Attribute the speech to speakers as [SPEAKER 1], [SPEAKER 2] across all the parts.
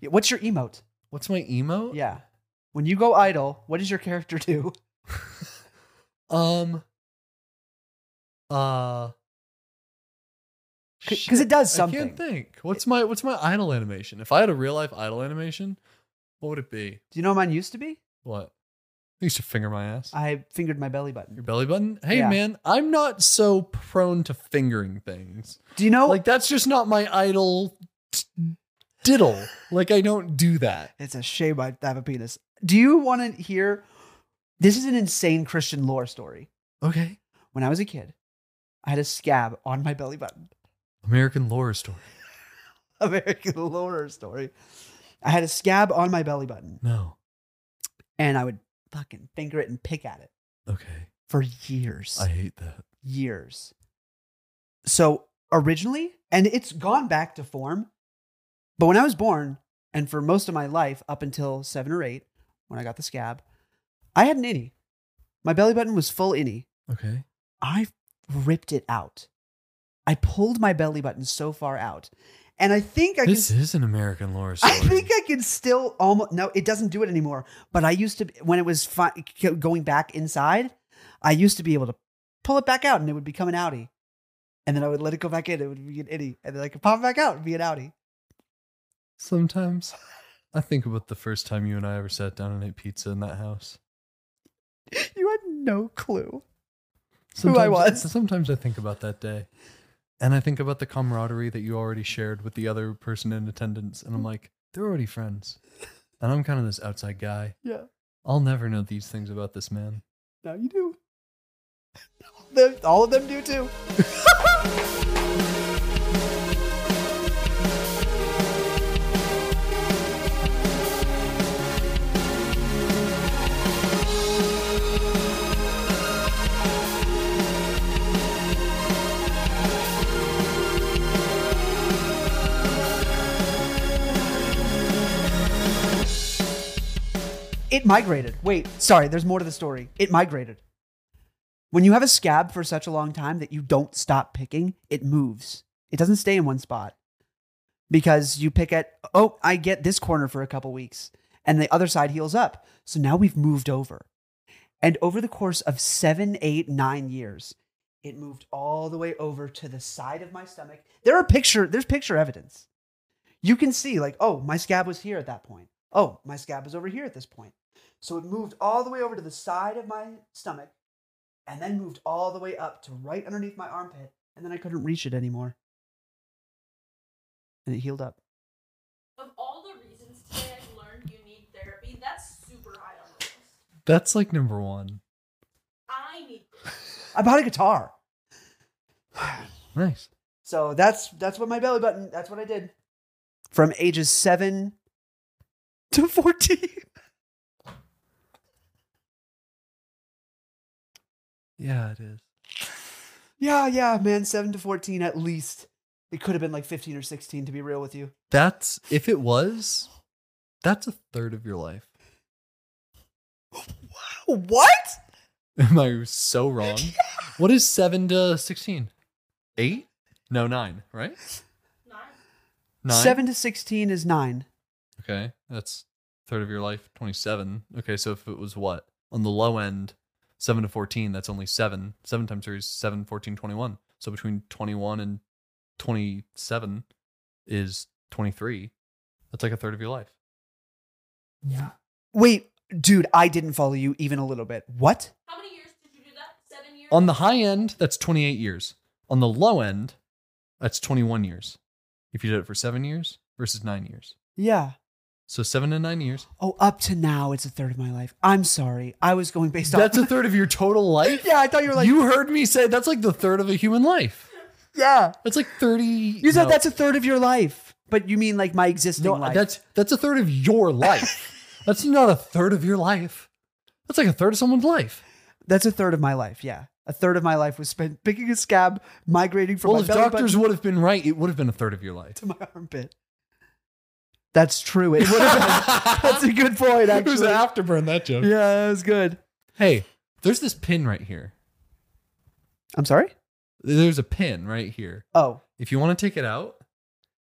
[SPEAKER 1] Yeah, What's your emote?
[SPEAKER 2] What's my emote?
[SPEAKER 1] Yeah. When you go idle, what does your character do?
[SPEAKER 2] Um. Uh.
[SPEAKER 1] Because
[SPEAKER 2] shit,
[SPEAKER 1] it does
[SPEAKER 2] I
[SPEAKER 1] something.
[SPEAKER 2] can't think. What's my What's my idol animation? If I had a real life idol animation, what would it be?
[SPEAKER 1] Do you know what mine used to be?
[SPEAKER 2] What? I used to finger my ass.
[SPEAKER 1] I fingered my belly
[SPEAKER 2] Your
[SPEAKER 1] button.
[SPEAKER 2] belly button. Hey
[SPEAKER 1] Yeah.
[SPEAKER 2] man, I'm not so prone to fingering things.
[SPEAKER 1] Do you know?
[SPEAKER 2] Like that's just not my idol t- diddle. Like I don't do that.
[SPEAKER 1] It's a shame I have a penis. Do you want to hear? This is an insane Christian lore story.
[SPEAKER 2] Okay.
[SPEAKER 1] When I was a kid, I had a scab on my belly button.
[SPEAKER 2] American lore story.
[SPEAKER 1] American lore story. I had a scab on my belly button,
[SPEAKER 2] No.
[SPEAKER 1] and I would fucking finger it and pick at it
[SPEAKER 2] Okay.
[SPEAKER 1] for years.
[SPEAKER 2] I hate that.
[SPEAKER 1] years. So originally, and it's gone back to form, but when I was born, and for most of my life up until seven or eight, when I got the scab, I had an innie. My belly button was full innie.
[SPEAKER 2] Okay.
[SPEAKER 1] I ripped it out. I pulled my belly button so far out, and I think I can.
[SPEAKER 2] this is an American lore story.
[SPEAKER 1] I think I can still almost no, it doesn't do it anymore. But I used to when it was fi- going back inside, I used to be able to pull it back out and it would become an outie, and then I would let it go back in. It would be an innie, and then I could pop it back out and be an outie.
[SPEAKER 2] Sometimes I think about the first time you and I ever sat down and ate pizza in that house.
[SPEAKER 1] You had no clue.
[SPEAKER 2] Sometimes,
[SPEAKER 1] I was.
[SPEAKER 2] Sometimes I think about that day. And I think about the camaraderie that you already shared with the other person in attendance. And I'm
[SPEAKER 1] Mm.
[SPEAKER 2] like, they're already friends. And I'm kind of this outside guy.
[SPEAKER 1] Yeah,
[SPEAKER 2] I'll never know these things about this man.
[SPEAKER 1] now you do. The- All of them do too. It migrated. Wait, sorry, there's more to the story. It migrated. When you have a scab for such a long time that you don't stop picking, it moves. It doesn't stay in one spot because you pick at, oh, I get this corner for a couple weeks and the other side heals up. So now we've moved over. And over the course of seven, eight, nine years, it moved all the way over to the side of my stomach. There are picture, there's picture evidence. You can see, like, oh, my scab was here at that point. Oh, my scab was over here at this point. So it moved all the way over to the side of my stomach and then moved all the way up to right underneath my armpit, and then I couldn't reach it anymore. And it healed up.
[SPEAKER 3] Of all the reasons today I've learned you need therapy, that's super high on the list.
[SPEAKER 2] That's like number one.
[SPEAKER 3] I need
[SPEAKER 1] I bought a guitar.
[SPEAKER 2] Nice.
[SPEAKER 1] So that's that's what my belly button, that's what I did. From ages seven to fourteen.
[SPEAKER 2] Yeah, it is.
[SPEAKER 1] yeah, yeah, man, seven to fourteen at least. It could have been like fifteen or sixteen to be real with you.
[SPEAKER 2] That's, if it was, that's a third of your life.
[SPEAKER 1] What?
[SPEAKER 2] Am I so wrong? what is 7 to 16? 8? No, 9, right?
[SPEAKER 3] nine.
[SPEAKER 2] 9.
[SPEAKER 1] Seven to sixteen is nine.
[SPEAKER 2] Okay. That's third of your life, 27. Okay, so if it was what? On the low end, 7 to 14, that's only 7. 7 times 3 is 7, 14, 21. So between 21 and 27 is 23. That's like a third of your life.
[SPEAKER 1] Wait, dude, I didn't follow you even a little bit. What?
[SPEAKER 3] How many years did you do that? Seven years?
[SPEAKER 2] On the high end, that's 28 years. On the low end, that's 21 years. If you did it for 7 years versus 9 years.
[SPEAKER 1] Yeah.
[SPEAKER 2] So 7 to 9 years.
[SPEAKER 1] Oh, up to now, it's a third of my life. I'm sorry. I was going based on.
[SPEAKER 2] That's a third of your total life?
[SPEAKER 1] yeah, I thought you were like.
[SPEAKER 2] you heard me say that's like the third of a human life.
[SPEAKER 1] yeah.
[SPEAKER 2] That's like thirty.
[SPEAKER 1] You said
[SPEAKER 2] no.
[SPEAKER 1] that's a third of your life, but you mean like my existing
[SPEAKER 2] no.
[SPEAKER 1] life.
[SPEAKER 2] That's that's a third of your life. that's not a third of your life. That's like a third of someone's life.
[SPEAKER 1] That's a third of my life. Yeah. A third of my life was spent picking a scab, migrating from
[SPEAKER 2] well,
[SPEAKER 1] my
[SPEAKER 2] if
[SPEAKER 1] belly
[SPEAKER 2] doctors
[SPEAKER 1] button
[SPEAKER 2] would have been right, it would have been a third of your life.
[SPEAKER 1] to my armpit. That's true. It would have been. that's a good point,
[SPEAKER 2] It was
[SPEAKER 1] actually.
[SPEAKER 2] an afterburn that joke.
[SPEAKER 1] yeah, that was good.
[SPEAKER 2] Hey, there's this pin right here.
[SPEAKER 1] I'm sorry?
[SPEAKER 2] There's a pin right here.
[SPEAKER 1] Oh,
[SPEAKER 2] If you want to take it out,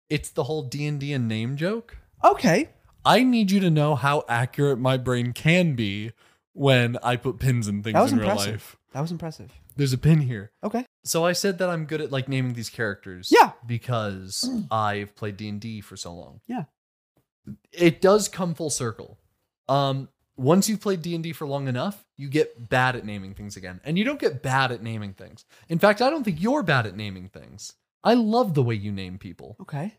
[SPEAKER 2] it's the whole D and D and name joke.
[SPEAKER 1] Okay.
[SPEAKER 2] I need you to know how accurate my brain can be when I put pins in things
[SPEAKER 1] That was
[SPEAKER 2] in real
[SPEAKER 1] impressive.
[SPEAKER 2] life.
[SPEAKER 1] That was impressive.
[SPEAKER 2] There's a pin here.
[SPEAKER 1] Okay.
[SPEAKER 2] So I said that I'm good at like naming these characters.
[SPEAKER 1] Yeah.
[SPEAKER 2] Because I've played D&D for so long.
[SPEAKER 1] Yeah.
[SPEAKER 2] It does come full circle. Um once you've played D&D for long enough, you get bad at naming things again. And you don't get bad at naming things. In fact, I don't think you're bad at naming things. I love the way you name people.
[SPEAKER 1] Okay.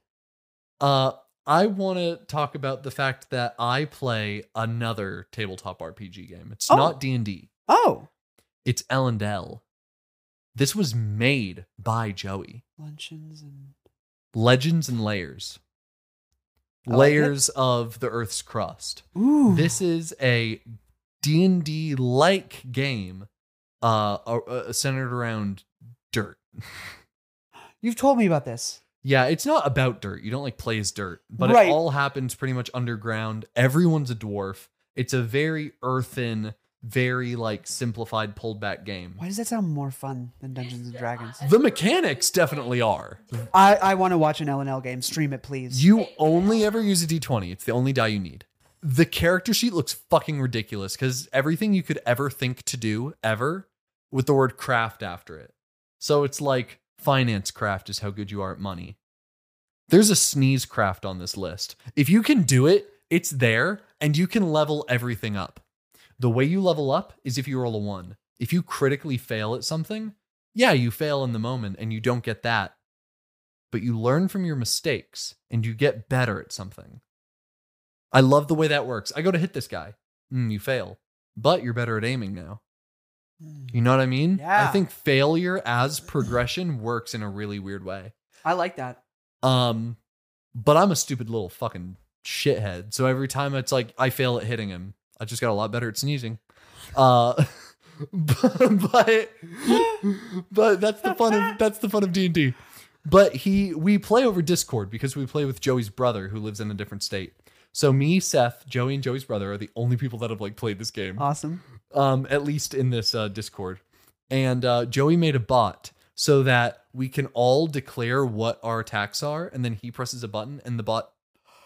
[SPEAKER 2] Uh, I want to talk about the fact that I play another tabletop RPG game. It's
[SPEAKER 1] Oh.
[SPEAKER 2] not D and D.
[SPEAKER 1] Oh.
[SPEAKER 2] It's L and L. This was made by Joey.
[SPEAKER 1] Luncheons and
[SPEAKER 2] Legends and layers,
[SPEAKER 1] I like it.
[SPEAKER 2] layers of the Earth's crust.
[SPEAKER 1] Ooh.
[SPEAKER 2] This is a D and D like game, uh, uh, uh, centered around dirt.
[SPEAKER 1] You've told me about this.
[SPEAKER 2] Yeah, it's not about dirt. You don't like play as dirt, but
[SPEAKER 1] Right.
[SPEAKER 2] it all happens pretty much underground. Everyone's a dwarf. It's a very earthen, very like simplified pulled back game.
[SPEAKER 1] Why does that sound more fun than Dungeons and Dragons?
[SPEAKER 2] The mechanics definitely are.
[SPEAKER 1] I, I want to watch an L and L game. Stream it, please.
[SPEAKER 2] You only ever use a d20. It's the only die you need. The character sheet looks fucking ridiculous because everything you could ever think to do ever with the word craft after it. So it's like finance craft is how good you are at money. There's a sneeze craft on this list. If you can do it, it's there and you can level everything up. The way you level up is if you roll a one. If you critically fail at something, yeah, you fail in the moment and you don't get that, but you learn from your mistakes and you get better at something. I love the way that works. I go to hit this guy. Mm, you fail, but you're better at aiming now.
[SPEAKER 1] Mm.
[SPEAKER 2] You know what I mean?
[SPEAKER 1] Yeah.
[SPEAKER 2] I think failure as progression works in a really weird way.
[SPEAKER 1] I like that.
[SPEAKER 2] Um, but I'm a stupid little fucking shithead. So every time it's like I fail at hitting him, I just got a lot better at sneezing. Uh, but but that's the fun of that's the fun of D and D. But he we play over Discord because we play with Joey's brother who lives in a different state. So me, Seth, Joey, and Joey's brother are the only people that have like played this game
[SPEAKER 1] Awesome.
[SPEAKER 2] um, at least in this uh, Discord. And uh, Joey made a bot so that we can all declare what our attacks are, and then he presses a button, and the bot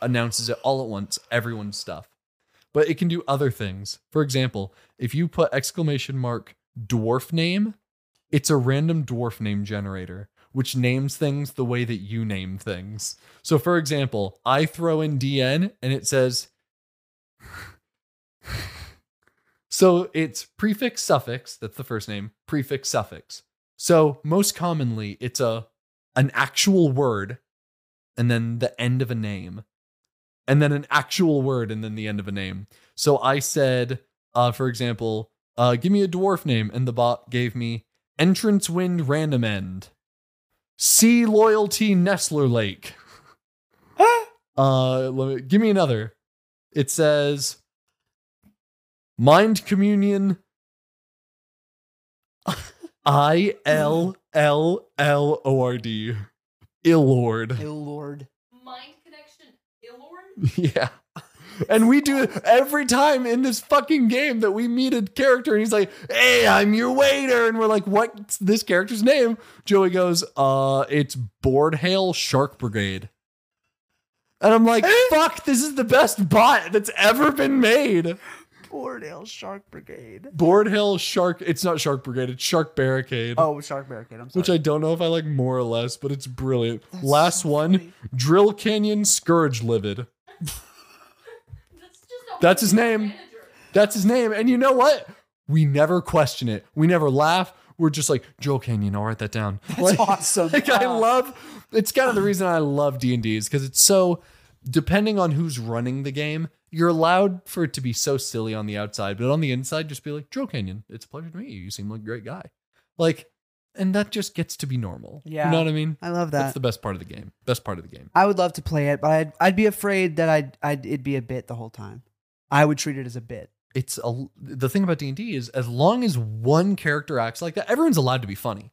[SPEAKER 2] announces it all at once, everyone's stuff. But it can do other things. For example, if you put exclamation mark dwarf name, it's a random dwarf name generator, which names things the way that you name things. So, for example, I throw in DN and it says, so it's prefix suffix, that's the first name, prefix suffix. So most commonly it's a an actual word and then the end of a name. And then an actual word and then the end of a name. So I said, uh, for example, uh, give me a dwarf name, and the bot gave me Entrance Wind Random End. Sea Loyalty Nestler Lake. Uh, let me, give me another. It says Mind Communion I L L L O R D. Illord.
[SPEAKER 1] Ill Lord.
[SPEAKER 3] Mind connection, Illord.
[SPEAKER 2] Yeah. And we do it every time in this fucking game that we meet a character and he's like, Hey, I'm your waiter. And we're like, What's this character's name? Joey goes, Uh, it's Board Hail Shark Brigade. And I'm like, Fuck, this is the best bot that's ever been made.
[SPEAKER 1] Poor Dale Shark Brigade.
[SPEAKER 2] Board Hill Shark. It's not Shark Brigade. It's Shark Barricade,
[SPEAKER 1] Oh, Shark Barricade. I'm sorry.
[SPEAKER 2] which I don't know if I like more or less, but it's brilliant.
[SPEAKER 1] That's
[SPEAKER 2] Last
[SPEAKER 1] so
[SPEAKER 2] one,
[SPEAKER 1] funny.
[SPEAKER 2] Drill Canyon Scourge Livid.
[SPEAKER 3] That's just a
[SPEAKER 2] That's his
[SPEAKER 3] horrible
[SPEAKER 2] name.
[SPEAKER 3] Manager.
[SPEAKER 2] That's his name. And you know what? We never question it. We never laugh. We're just like Drill Canyon. I'll write that down.
[SPEAKER 1] That's awesome.
[SPEAKER 2] Like I
[SPEAKER 1] Uh,
[SPEAKER 2] love. It's kind of the reason I love D and D is because it's so. Depending on who's running the game, you're allowed for it to be so silly on the outside, but on the inside, just be like Drill Canyon. It's a pleasure to meet you. You seem like a great guy. Like, and that just gets to be normal.
[SPEAKER 1] Yeah.
[SPEAKER 2] you know what I mean.
[SPEAKER 1] I love
[SPEAKER 2] That's
[SPEAKER 1] that.
[SPEAKER 2] the best part of the game. Best part of the game.
[SPEAKER 1] I would love to play it, but I'd, I'd be afraid that I'd, I'd it'd be a bit the whole time. I would treat it as a bit.
[SPEAKER 2] it's a the thing about D&D is as long as one character acts like that everyone's allowed to be funny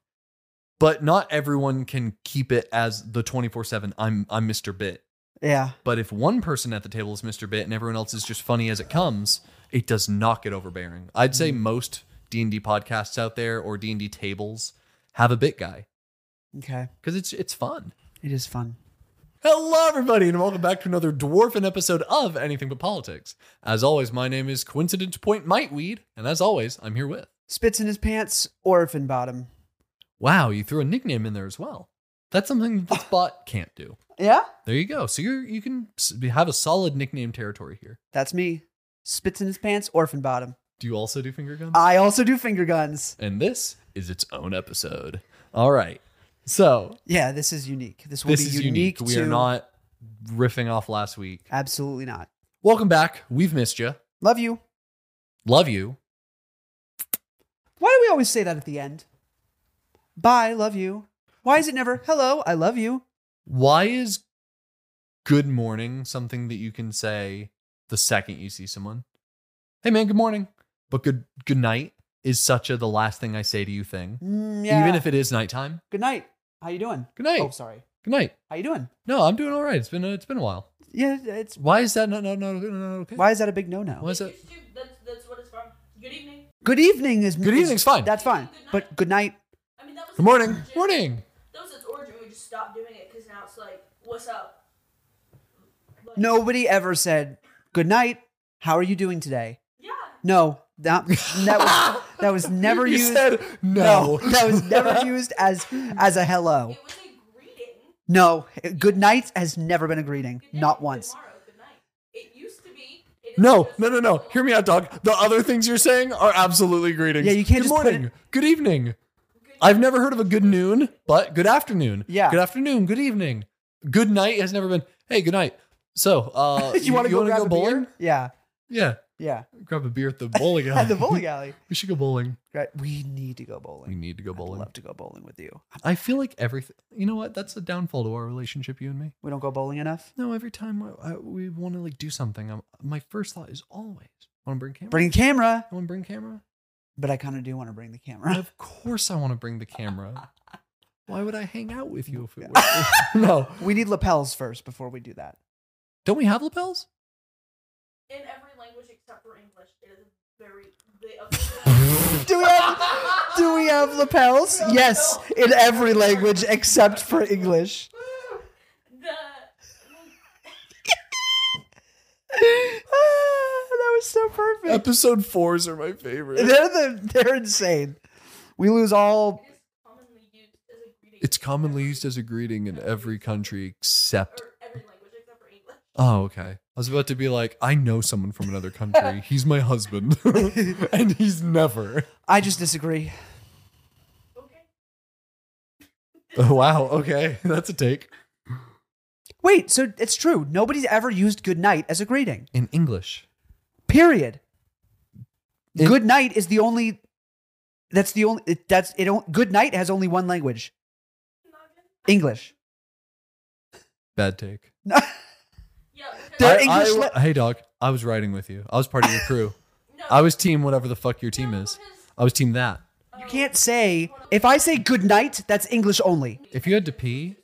[SPEAKER 2] but not everyone can keep it as the 24/7 I'm I'm Mr. Bit
[SPEAKER 1] Yeah.
[SPEAKER 2] but if one person at the table is Mr. Bit and everyone else is just funny as it comes it does not get overbearing i'd say most D&D podcasts out there or D&D tables have a bit guy
[SPEAKER 1] Okay.
[SPEAKER 2] cuz it's it's fun
[SPEAKER 1] It is fun.
[SPEAKER 2] Hello, everybody, and welcome back to another dwarfing episode of Anything But Politics. As always, my name is Coincidence Point Mightweed, and as always, I'm here with.
[SPEAKER 1] Spits in his pants, orphan bottom.
[SPEAKER 2] Wow, you threw a nickname in there as well. That's something that this bot can't do.
[SPEAKER 1] Yeah?
[SPEAKER 2] There you go. So you you can s- have a solid nickname territory here.
[SPEAKER 1] That's me. Spits in his pants, orphan bottom.
[SPEAKER 2] Do you also do finger guns?
[SPEAKER 1] I also do finger guns.
[SPEAKER 2] and this is its own episode. All right. So
[SPEAKER 1] Yeah, this is unique. This will
[SPEAKER 2] this
[SPEAKER 1] be
[SPEAKER 2] is
[SPEAKER 1] unique.
[SPEAKER 2] unique. We
[SPEAKER 1] to,
[SPEAKER 2] are not riffing off last week.
[SPEAKER 1] Absolutely not.
[SPEAKER 2] Welcome back. We've missed you.
[SPEAKER 1] Love you.
[SPEAKER 2] Love you.
[SPEAKER 1] Why do we always say that at the end? Bye, love you. Why is it never hello, I love you?
[SPEAKER 2] Why is good morning something that you can say the second you see someone? Hey man, good morning. But good good night is such a the last thing I say to you thing.
[SPEAKER 1] Mm, yeah.
[SPEAKER 2] Even if it is nighttime.
[SPEAKER 1] Good night. How you doing?
[SPEAKER 2] Good night.
[SPEAKER 1] Oh, sorry.
[SPEAKER 2] Good night.
[SPEAKER 1] How you doing?
[SPEAKER 2] No, I'm doing all right. It's been a, it's been a while.
[SPEAKER 1] Yeah, it's
[SPEAKER 2] Why is that not no no no no okay?
[SPEAKER 1] why is that a big no-no?
[SPEAKER 2] Why is
[SPEAKER 3] It
[SPEAKER 2] it?
[SPEAKER 3] used to- That's, that's what it's from. Good evening.
[SPEAKER 1] Good evening is
[SPEAKER 2] Good evening's fine.
[SPEAKER 1] That's fine. But good night.
[SPEAKER 3] I mean, that was
[SPEAKER 2] Good morning.
[SPEAKER 3] its origin.
[SPEAKER 2] Morning.
[SPEAKER 3] That was its origin. We just stopped doing it because now it's like, what's up? Like,
[SPEAKER 1] Nobody ever said good night. How are you doing today?
[SPEAKER 3] Yeah.
[SPEAKER 1] No, that that was that was never
[SPEAKER 2] you
[SPEAKER 1] used.
[SPEAKER 2] said no.
[SPEAKER 1] that was never used as as a hello.
[SPEAKER 3] It was a greeting.
[SPEAKER 1] No, good night has never been a greeting,
[SPEAKER 3] Good day,
[SPEAKER 1] not
[SPEAKER 3] good
[SPEAKER 1] once.
[SPEAKER 3] Tomorrow, good night. It used to be. It is
[SPEAKER 2] No,
[SPEAKER 3] just-
[SPEAKER 2] no, no, no. Hear me out, dog. The other things you're saying are absolutely greetings.
[SPEAKER 1] Yeah, you can't
[SPEAKER 2] Good
[SPEAKER 1] just put
[SPEAKER 2] morning. Good evening. I've never heard of a good noon, but good afternoon.
[SPEAKER 1] Yeah.
[SPEAKER 2] Good afternoon. Good evening. Good night has never been. Hey, good night. So, uh,
[SPEAKER 1] you want to go
[SPEAKER 2] wanna
[SPEAKER 1] grab a beer? Yeah,
[SPEAKER 2] Yeah,
[SPEAKER 1] yeah.
[SPEAKER 2] grab a beer at the bowling alley.
[SPEAKER 1] At the bowling alley.
[SPEAKER 2] we should go bowling.
[SPEAKER 1] Right. We need to go
[SPEAKER 2] We
[SPEAKER 1] bowling.
[SPEAKER 2] need to go
[SPEAKER 1] I'd
[SPEAKER 2] bowling.
[SPEAKER 1] love to go bowling with you.
[SPEAKER 2] I feel like everything. You know what? That's a downfall to our relationship, you and me.
[SPEAKER 1] We don't go bowling enough.
[SPEAKER 2] No, every time I, I, we want to like do something, I'm, my first thought is always, want to bring camera?
[SPEAKER 1] Bring camera,
[SPEAKER 2] I want to bring camera?
[SPEAKER 1] but I kind of do want to bring the camera.
[SPEAKER 2] of course I want to bring the camera. Why would I hang out with you if it were? no.
[SPEAKER 1] We need lapels first before we do that.
[SPEAKER 2] Don't we have lapels?
[SPEAKER 3] In every language except for English, it is very. They, okay.
[SPEAKER 1] Do we have Do we have lapels? Yes, in every language except for English.
[SPEAKER 3] the.
[SPEAKER 1] Ah, that was so perfect.
[SPEAKER 2] Episode fours are my favorite.
[SPEAKER 1] They're the they're insane. We lose all.
[SPEAKER 3] It is commonly used as a greeting.
[SPEAKER 2] It's commonly used as a greeting in every country except.
[SPEAKER 3] Or every language except for English.
[SPEAKER 2] Oh, okay. I was about to be like, I know someone from another country. He's my husband, and he's never.
[SPEAKER 1] I just disagree.
[SPEAKER 3] Okay.
[SPEAKER 2] Oh, wow. Okay, that's a take.
[SPEAKER 1] Wait, so it's true. Nobody's ever used good night as a greeting.
[SPEAKER 2] In English,
[SPEAKER 1] Period.
[SPEAKER 2] It-
[SPEAKER 1] good night is the only. That's the only. It, that's it. on- Good night has only one language,
[SPEAKER 3] Noggin?
[SPEAKER 1] English.
[SPEAKER 2] bad take.
[SPEAKER 3] Yeah,
[SPEAKER 1] They're
[SPEAKER 2] I-
[SPEAKER 3] because.
[SPEAKER 2] I
[SPEAKER 1] English
[SPEAKER 2] w-
[SPEAKER 1] le-
[SPEAKER 2] hey, dog. I was riding with you. I was part of your crew.
[SPEAKER 3] No,
[SPEAKER 2] I was team whatever the fuck your
[SPEAKER 3] no,
[SPEAKER 2] team is.
[SPEAKER 3] because,
[SPEAKER 2] I was team that.
[SPEAKER 1] You can't say if I say good night, that's English only.
[SPEAKER 2] If you had to pee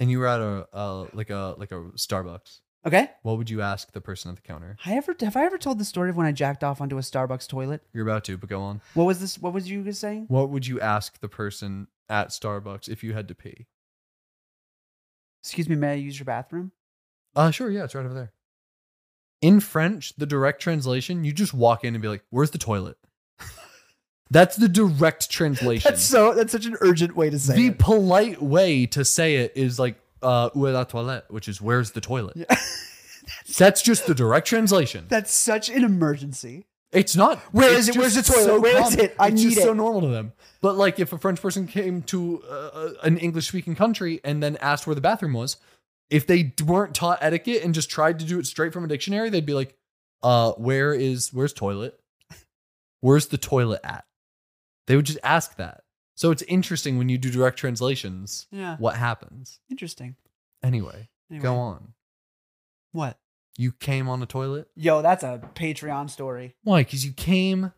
[SPEAKER 2] and you were at a uh, like a like a Starbucks,
[SPEAKER 1] Okay.
[SPEAKER 2] what would you ask the person at the counter?
[SPEAKER 1] I ever have I ever told the story of when I jacked off onto a Starbucks toilet?
[SPEAKER 2] You're about to, but go on.
[SPEAKER 1] What was this? What was you guys saying?
[SPEAKER 2] What would you ask the person at Starbucks if you had to pee?
[SPEAKER 1] Excuse me, may I use your bathroom?
[SPEAKER 2] Uh, sure, yeah, it's right over there. In French, the direct translation, you just walk in and be like, "Where's the toilet?" That's the direct translation.
[SPEAKER 1] That's so. That's such an urgent way to say
[SPEAKER 2] the
[SPEAKER 1] it.
[SPEAKER 2] polite way to say it is like uh où est la toilette, which is where's the toilet.
[SPEAKER 1] Yeah.
[SPEAKER 2] That's just the direct translation.
[SPEAKER 1] That's such an emergency.
[SPEAKER 2] It's not.
[SPEAKER 1] Where is
[SPEAKER 2] it's
[SPEAKER 1] it? Where's
[SPEAKER 2] just
[SPEAKER 1] the toilet?
[SPEAKER 2] So
[SPEAKER 1] Where is
[SPEAKER 2] common.
[SPEAKER 1] it? I
[SPEAKER 2] it's just
[SPEAKER 1] need
[SPEAKER 2] so
[SPEAKER 1] it.
[SPEAKER 2] normal to them. But like, if a French person came to uh, an English-speaking country and then asked where the bathroom was, if they d- weren't taught etiquette and just tried to do it straight from a dictionary, they'd be like, "Uh, where is where's toilet? Where's the toilet at?" They would just ask that. So it's interesting when you do direct translations,
[SPEAKER 1] Yeah.
[SPEAKER 2] what happens.
[SPEAKER 1] Interesting.
[SPEAKER 2] Anyway,
[SPEAKER 1] Anyway.
[SPEAKER 2] go on.
[SPEAKER 1] What?
[SPEAKER 2] You came on a toilet.
[SPEAKER 1] Yo, that's a Patreon story.
[SPEAKER 2] Why? Because you came.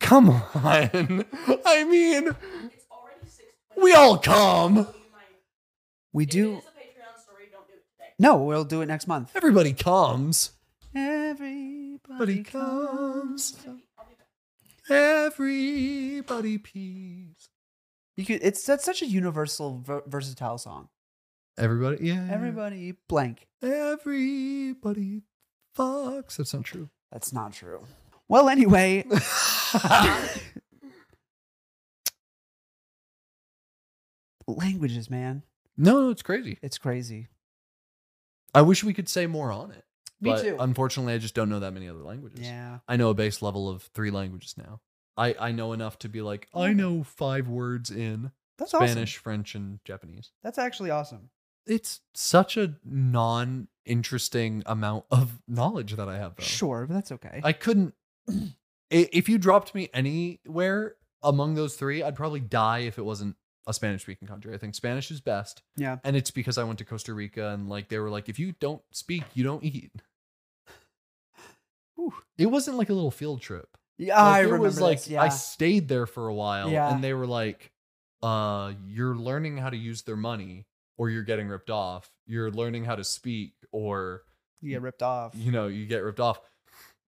[SPEAKER 2] Come on. I mean,
[SPEAKER 3] It's already 6
[SPEAKER 2] we all come.
[SPEAKER 1] We
[SPEAKER 3] It
[SPEAKER 1] do.
[SPEAKER 3] is a Patreon story. Don't do it today.
[SPEAKER 1] No, we'll do it next month.
[SPEAKER 2] Everybody comes.
[SPEAKER 1] Everybody
[SPEAKER 2] comes.
[SPEAKER 3] I'll be back.
[SPEAKER 2] Everybody pees.
[SPEAKER 1] You could. It's that's such a universal ver- versatile song.
[SPEAKER 2] Everybody, yeah.
[SPEAKER 1] Everybody blank.
[SPEAKER 2] Everybody fucks. That's not true.
[SPEAKER 1] That's not true. Well, anyway, languages, man.
[SPEAKER 2] no, no, it's crazy.
[SPEAKER 1] It's crazy.
[SPEAKER 2] I wish we could say more on it.
[SPEAKER 1] Me
[SPEAKER 2] but
[SPEAKER 1] too.
[SPEAKER 2] Unfortunately, I just don't know that many other languages.
[SPEAKER 1] Yeah.
[SPEAKER 2] I know a base level of three languages now. I, I know enough to be like, I know five words in
[SPEAKER 1] That's awesome.
[SPEAKER 2] Spanish, French, and Japanese.
[SPEAKER 1] That's actually awesome.
[SPEAKER 2] It's such a non interesting amount of knowledge that I have, though.
[SPEAKER 1] Sure, but that's okay.
[SPEAKER 2] Oh. I couldn't. i- if you dropped me anywhere among those three, I'd probably die if it wasn't a Spanish speaking country. I think Spanish is best.
[SPEAKER 1] Yeah.
[SPEAKER 2] And it's because I went to Costa Rica and like they were like, if you don't speak, you don't eat.
[SPEAKER 1] Whew.
[SPEAKER 2] It wasn't like a little field trip.
[SPEAKER 1] yeah, I
[SPEAKER 2] Like, it
[SPEAKER 1] remember
[SPEAKER 2] was like
[SPEAKER 1] this. Yeah.
[SPEAKER 2] I stayed there for a while
[SPEAKER 1] Yeah.
[SPEAKER 2] and they were like, uh, you're learning how to use their money or you're getting ripped off. You're learning how to speak or
[SPEAKER 1] you get ripped off.
[SPEAKER 2] you know you get ripped off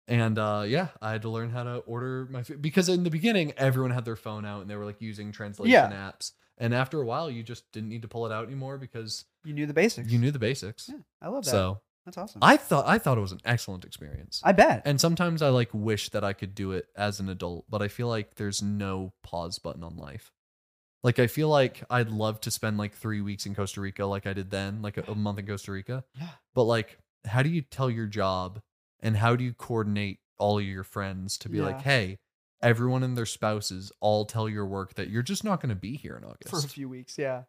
[SPEAKER 2] and uh yeah i had to learn how to order my food because in the beginning everyone had their phone out and they were like using translation
[SPEAKER 1] Yeah.
[SPEAKER 2] apps and after a while you just didn't need to pull it out anymore because
[SPEAKER 1] You knew the basics.
[SPEAKER 2] you knew the basics
[SPEAKER 1] Yeah, I love that.
[SPEAKER 2] so
[SPEAKER 1] that's awesome.
[SPEAKER 2] i thought i thought it was an excellent experience
[SPEAKER 1] I bet.
[SPEAKER 2] and sometimes i like wish that i could do it as an adult but i feel like there's no pause button on life like i feel like i'd love to spend like three weeks in costa rica like i did then like a, a month in costa rica
[SPEAKER 1] Yeah.
[SPEAKER 2] but like how do you tell your job and how do you coordinate all of your friends to be like
[SPEAKER 1] Yeah.
[SPEAKER 2] hey everyone and their spouses all tell your work that you're just not going to be here in
[SPEAKER 1] For a
[SPEAKER 2] august
[SPEAKER 1] few weeks, yeah.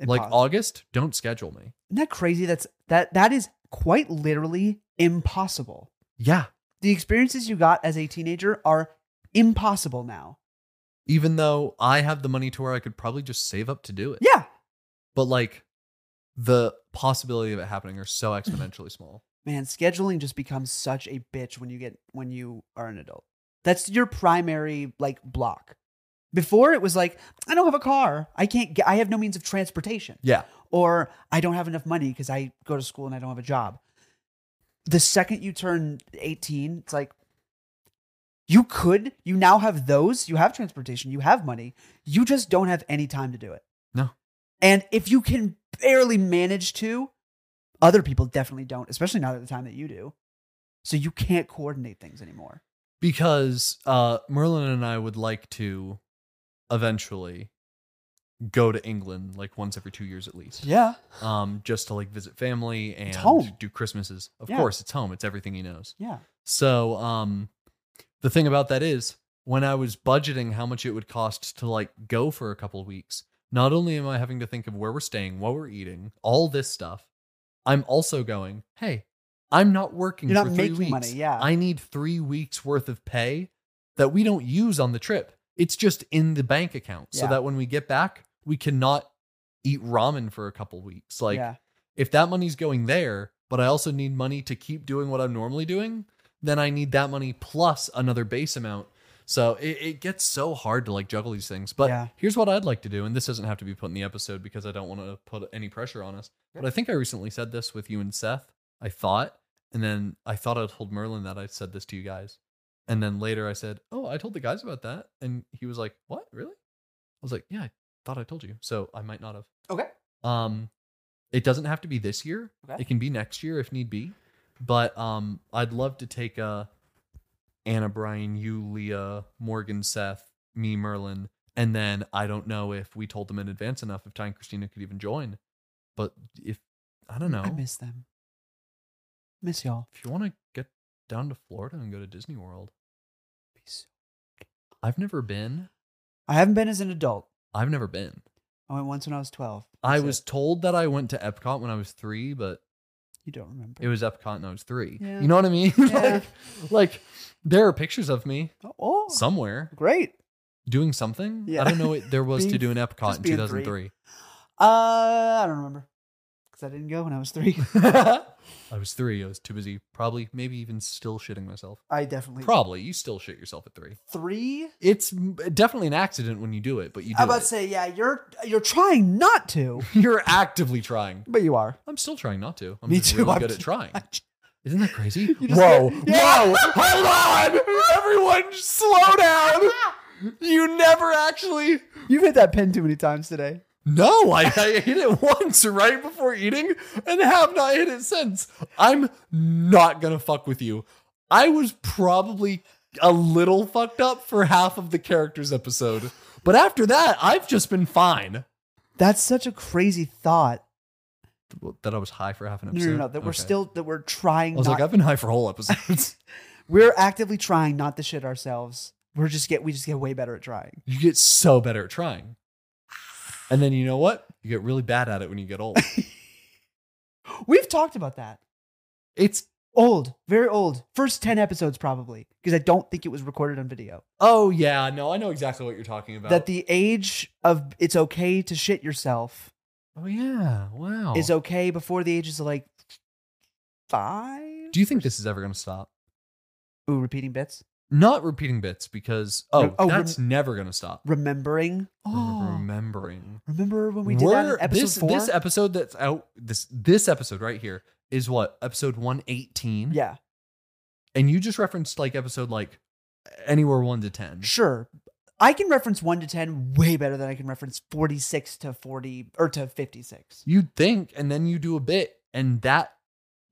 [SPEAKER 2] like
[SPEAKER 1] Impossible.
[SPEAKER 2] august don't schedule me
[SPEAKER 1] Isn't that crazy? That's that that is quite literally impossible.
[SPEAKER 2] yeah
[SPEAKER 1] The experiences you got as a teenager are impossible now.
[SPEAKER 2] even though i have the money to where i could probably just save up to do it
[SPEAKER 1] Yeah.
[SPEAKER 2] but like the possibility of it happening are so exponentially small
[SPEAKER 1] Man, scheduling just becomes such a bitch when you get when you are an adult. That's your primary like block. Before it was like, I don't have a car. I can't get I have no means of transportation.
[SPEAKER 2] yeah
[SPEAKER 1] or I don't have enough money because I go to school and I don't have a job. The second you turn 18, it's like you could, you now have those, you have transportation, you have money, you just don't have any time to do it.
[SPEAKER 2] No.
[SPEAKER 1] And if you can barely manage to, other people definitely don't, especially not at the time that you do. So you can't coordinate things anymore.
[SPEAKER 2] because uh merlin and i would like to eventually go to england like once every two years at least
[SPEAKER 1] Yeah.
[SPEAKER 2] um, just to like visit family and
[SPEAKER 1] home.
[SPEAKER 2] do Christmases. Of
[SPEAKER 1] Yeah.
[SPEAKER 2] course, it's home. It's everything he knows.
[SPEAKER 1] Yeah.
[SPEAKER 2] So um, the thing about that is, when I was budgeting how much it would cost to like go for a couple of weeks, not only am I having to think of where we're staying, what we're eating, all this stuff, I'm also going, hey, I'm not working
[SPEAKER 1] You're not
[SPEAKER 2] for three
[SPEAKER 1] making
[SPEAKER 2] weeks.
[SPEAKER 1] money, yeah.
[SPEAKER 2] I need three weeks worth of pay that we don't use on the trip. It's just in the bank account so
[SPEAKER 1] Yeah.
[SPEAKER 2] that when we get back, we cannot eat ramen for a couple weeks. Like
[SPEAKER 1] yeah.
[SPEAKER 2] if that money's going there, but I also need money to keep doing what I'm normally doing, then I need that money plus another base amount. So it, it gets so hard to like juggle these things. But
[SPEAKER 1] Yeah.
[SPEAKER 2] here's what I'd like to do, and this doesn't have to be put in the episode because I don't want to put any pressure on us. But I think I recently said this with you and Seth. I thought, and then I thought I told Merlin that I said this to you guys. And then later I said, Oh, I told the guys about that. And he was like, What? Really? I was like, Yeah, I thought I told you. So I might not have.
[SPEAKER 1] Okay.
[SPEAKER 2] Um, it doesn't have to be this year.
[SPEAKER 1] Okay.
[SPEAKER 2] It can be next year if need be. But um, I'd love to take a Anna, Brian, you, Leah, Morgan, Seth, me, Merlin, and then I don't know if we told them in advance enough if Ty and Christina could even join. But if I don't know,
[SPEAKER 1] I miss them. Miss y'all.
[SPEAKER 2] if you want to get down to Florida and go to Disney World,
[SPEAKER 1] Peace.
[SPEAKER 2] I've never been.
[SPEAKER 1] I haven't been as an adult.
[SPEAKER 2] I've never been.
[SPEAKER 1] I went once when I was 12.
[SPEAKER 2] I
[SPEAKER 1] That's it.
[SPEAKER 2] was told that I went to Epcot when I was three, but
[SPEAKER 1] You don't remember.
[SPEAKER 2] it was Epcot and I was three.
[SPEAKER 1] Yeah.
[SPEAKER 2] You know what I mean?
[SPEAKER 1] Yeah.
[SPEAKER 2] like, like there are pictures of me
[SPEAKER 1] oh,
[SPEAKER 2] somewhere
[SPEAKER 1] great.
[SPEAKER 2] doing something.
[SPEAKER 1] Yeah.
[SPEAKER 2] I don't know what there was to
[SPEAKER 1] Being-
[SPEAKER 2] do in Epcot
[SPEAKER 1] just
[SPEAKER 2] in
[SPEAKER 1] being
[SPEAKER 2] 2003.
[SPEAKER 1] Uh, I don't remember because I didn't go when I was three.
[SPEAKER 2] I was three. I was too busy, probably, maybe even still shitting myself.
[SPEAKER 1] I definitely
[SPEAKER 2] Probably. You still shit yourself at three.
[SPEAKER 1] three.
[SPEAKER 2] It's m- definitely an accident when you do it, but you do
[SPEAKER 1] I'm about
[SPEAKER 2] it.
[SPEAKER 1] to say, yeah, you're you're trying not to,
[SPEAKER 2] You're actively trying.
[SPEAKER 1] but you are.
[SPEAKER 2] I'm still trying not to. I'm
[SPEAKER 1] Me
[SPEAKER 2] just
[SPEAKER 1] too,
[SPEAKER 2] really
[SPEAKER 1] I'm
[SPEAKER 2] good at
[SPEAKER 1] just-
[SPEAKER 2] trying. Isn't that crazy?
[SPEAKER 1] just
[SPEAKER 2] Whoa,
[SPEAKER 1] get- Yeah.
[SPEAKER 2] whoa, hold on! Everyone, slow down! You never actually.
[SPEAKER 1] You've hit that pin too many times today.
[SPEAKER 2] No, I, I hit it once right before eating and have not hit it since. I'm not gonna fuck with you. I was probably a little fucked up for half of the characters episode, but after that, I've just been fine.
[SPEAKER 1] That's such a crazy thought.
[SPEAKER 2] That I was high for half an
[SPEAKER 1] No, no,
[SPEAKER 2] episode.
[SPEAKER 1] no, no, that we're
[SPEAKER 2] Okay.
[SPEAKER 1] still that we're
[SPEAKER 2] I
[SPEAKER 1] trying.
[SPEAKER 2] was
[SPEAKER 1] not,
[SPEAKER 2] like, I've been high for whole episodes.
[SPEAKER 1] we're actively trying not to shit ourselves. We're just get we just get way better at trying.
[SPEAKER 2] you get so better at trying, and then you know what? You get really bad at it when you get old.
[SPEAKER 1] We've talked about that.
[SPEAKER 2] It's
[SPEAKER 1] Old, very old. First ten episodes probably because I don't think it was recorded on video.
[SPEAKER 2] oh yeah, no, I know exactly what you're talking about.
[SPEAKER 1] That the age of it's okay to shit yourself
[SPEAKER 2] oh yeah, wow.
[SPEAKER 1] is okay before the ages of like five.
[SPEAKER 2] Do you think this is ever going to stop?
[SPEAKER 1] Ooh, repeating bits,
[SPEAKER 2] Not repeating bits because oh,
[SPEAKER 1] oh,
[SPEAKER 2] that's never going to stop.
[SPEAKER 1] remembering. Oh,
[SPEAKER 2] Remembering.
[SPEAKER 1] remember when we did that in
[SPEAKER 2] We're-
[SPEAKER 1] episode
[SPEAKER 2] this,
[SPEAKER 1] four?
[SPEAKER 2] This episode that's out this this episode right here is what episode one eighteen.
[SPEAKER 1] yeah,
[SPEAKER 2] and you just referenced like episode like anywhere one to ten.
[SPEAKER 1] sure. I can reference one to ten way better than I can reference forty-six to forty or to fifty-six.
[SPEAKER 2] You'd think, and then you do a bit, and that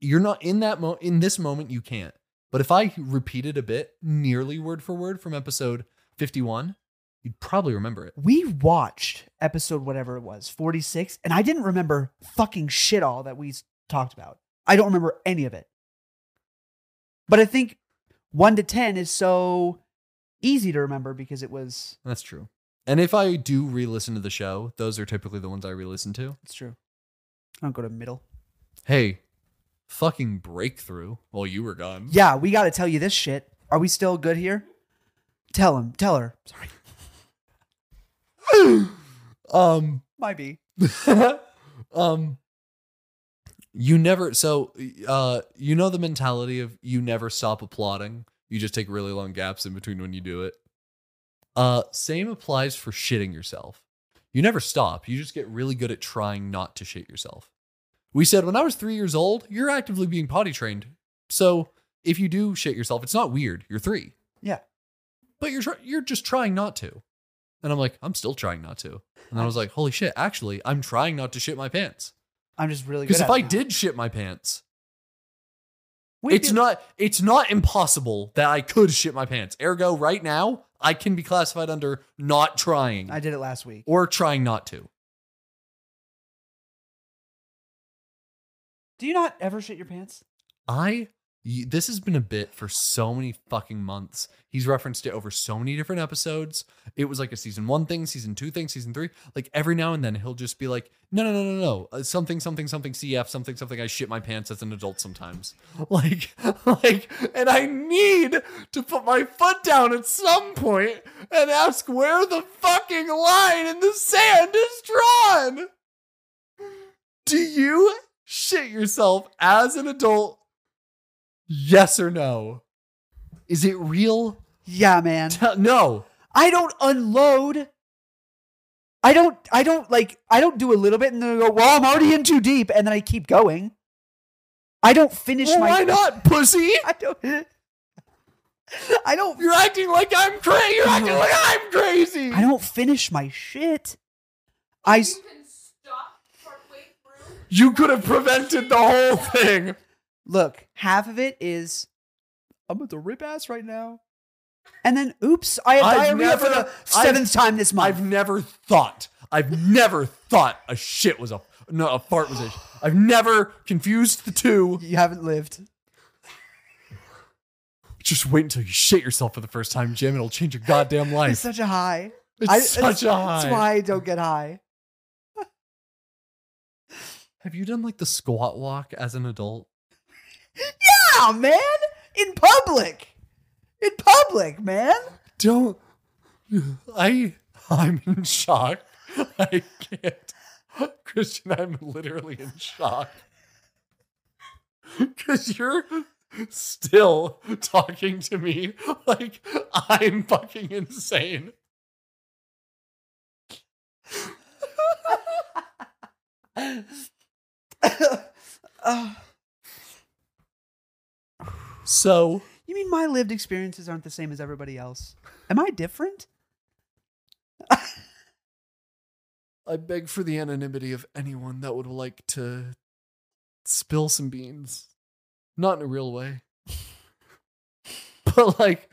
[SPEAKER 2] you're not in that mo in this moment you can't. But if I repeated a bit nearly word for word from episode fifty one, you'd probably remember it.
[SPEAKER 1] we watched episode whatever it was 46 and i didn't remember fucking shit all that we s- talked about i don't remember any of it but i think 1 to 10 is so easy to remember because it was
[SPEAKER 2] That's true. And if I do re-listen to the show, those are typically the ones I re-listen to.
[SPEAKER 1] it's true i don't go to middle
[SPEAKER 2] Hey, fucking breakthrough while you were gone.
[SPEAKER 1] yeah we gotta tell you this shit are we still good here tell him tell her sorry
[SPEAKER 2] Um
[SPEAKER 1] might be
[SPEAKER 2] um you never so uh you know the mentality of you never stop applauding. You just take really long gaps in between when you do it. Uh same applies for shitting yourself. You never stop. You just get really good at trying not to shit yourself. We said when I was 3 years old, you're actively being potty trained. So if you do shit yourself, it's not weird. You're 3.
[SPEAKER 1] Yeah.
[SPEAKER 2] But you're try- you're just trying not to. And I'm like, I'm still trying not to. And I was like, holy shit, actually, I'm trying not to shit my pants.
[SPEAKER 1] i'm just really good
[SPEAKER 2] Because if
[SPEAKER 1] at it
[SPEAKER 2] I
[SPEAKER 1] now.
[SPEAKER 2] did shit my pants,
[SPEAKER 1] We'd
[SPEAKER 2] it's
[SPEAKER 1] be-
[SPEAKER 2] not it's not impossible that I could shit my pants. Ergo, right now, I can be classified under not trying
[SPEAKER 1] i did it last week
[SPEAKER 2] or trying not to.
[SPEAKER 1] do you not ever shit your pants
[SPEAKER 2] I y- this has been a bit for so many fucking months. He's referenced it over so many different episodes. It was like a season one thing, season two thing, season three. Like every now and then he'll just be like, no, no, no, no, no, uh, something, something, something, CF, something, something. I shit my pants as an adult sometimes. Like, like, and I need to put my foot down at some point and ask where the fucking line in the sand is drawn. Do you shit yourself as an adult? Yes or no? Is it real?
[SPEAKER 1] yeah man
[SPEAKER 2] Tell- no.
[SPEAKER 1] I don't unload. I don't. I don't like. I don't do a little bit and then I go. Well, I'm already in too deep, and then I keep going. I don't finish
[SPEAKER 2] Well,
[SPEAKER 1] my.
[SPEAKER 2] why not, pussy?
[SPEAKER 1] I don't. I don't.
[SPEAKER 2] You're acting like I'm crazy. You're acting like I'm crazy.
[SPEAKER 1] I don't finish my shit. I. s-
[SPEAKER 3] You can stop partway through.
[SPEAKER 2] You could have prevented the whole thing.
[SPEAKER 1] Look, half of it is. I'm at the rip ass right now. And then, oops! I have
[SPEAKER 2] I've
[SPEAKER 1] diarrhea for
[SPEAKER 2] never-
[SPEAKER 1] the 7th time this month.
[SPEAKER 2] I've never thought. I've never thought a shit was a no a fart was a. I've never confused the two.
[SPEAKER 1] you haven't lived.
[SPEAKER 2] Just wait until you shit yourself for the first time, Jim. It'll change your goddamn life.
[SPEAKER 1] It's such a high.
[SPEAKER 2] It's such a high.
[SPEAKER 1] That's why I don't get high.
[SPEAKER 2] Have you done like the squat walk as an adult?
[SPEAKER 1] Yeah, man. In public. In public, man.
[SPEAKER 2] Don't I I'm in shock. I can't. Christian, I'm literally in shock. Cause you're still talking to me like I'm fucking insane.
[SPEAKER 1] Uh,
[SPEAKER 2] So
[SPEAKER 1] you mean my lived experiences aren't the same as everybody else? Am I different?
[SPEAKER 2] I beg for the anonymity of anyone that would like to spill some beans. Not in a real way. but like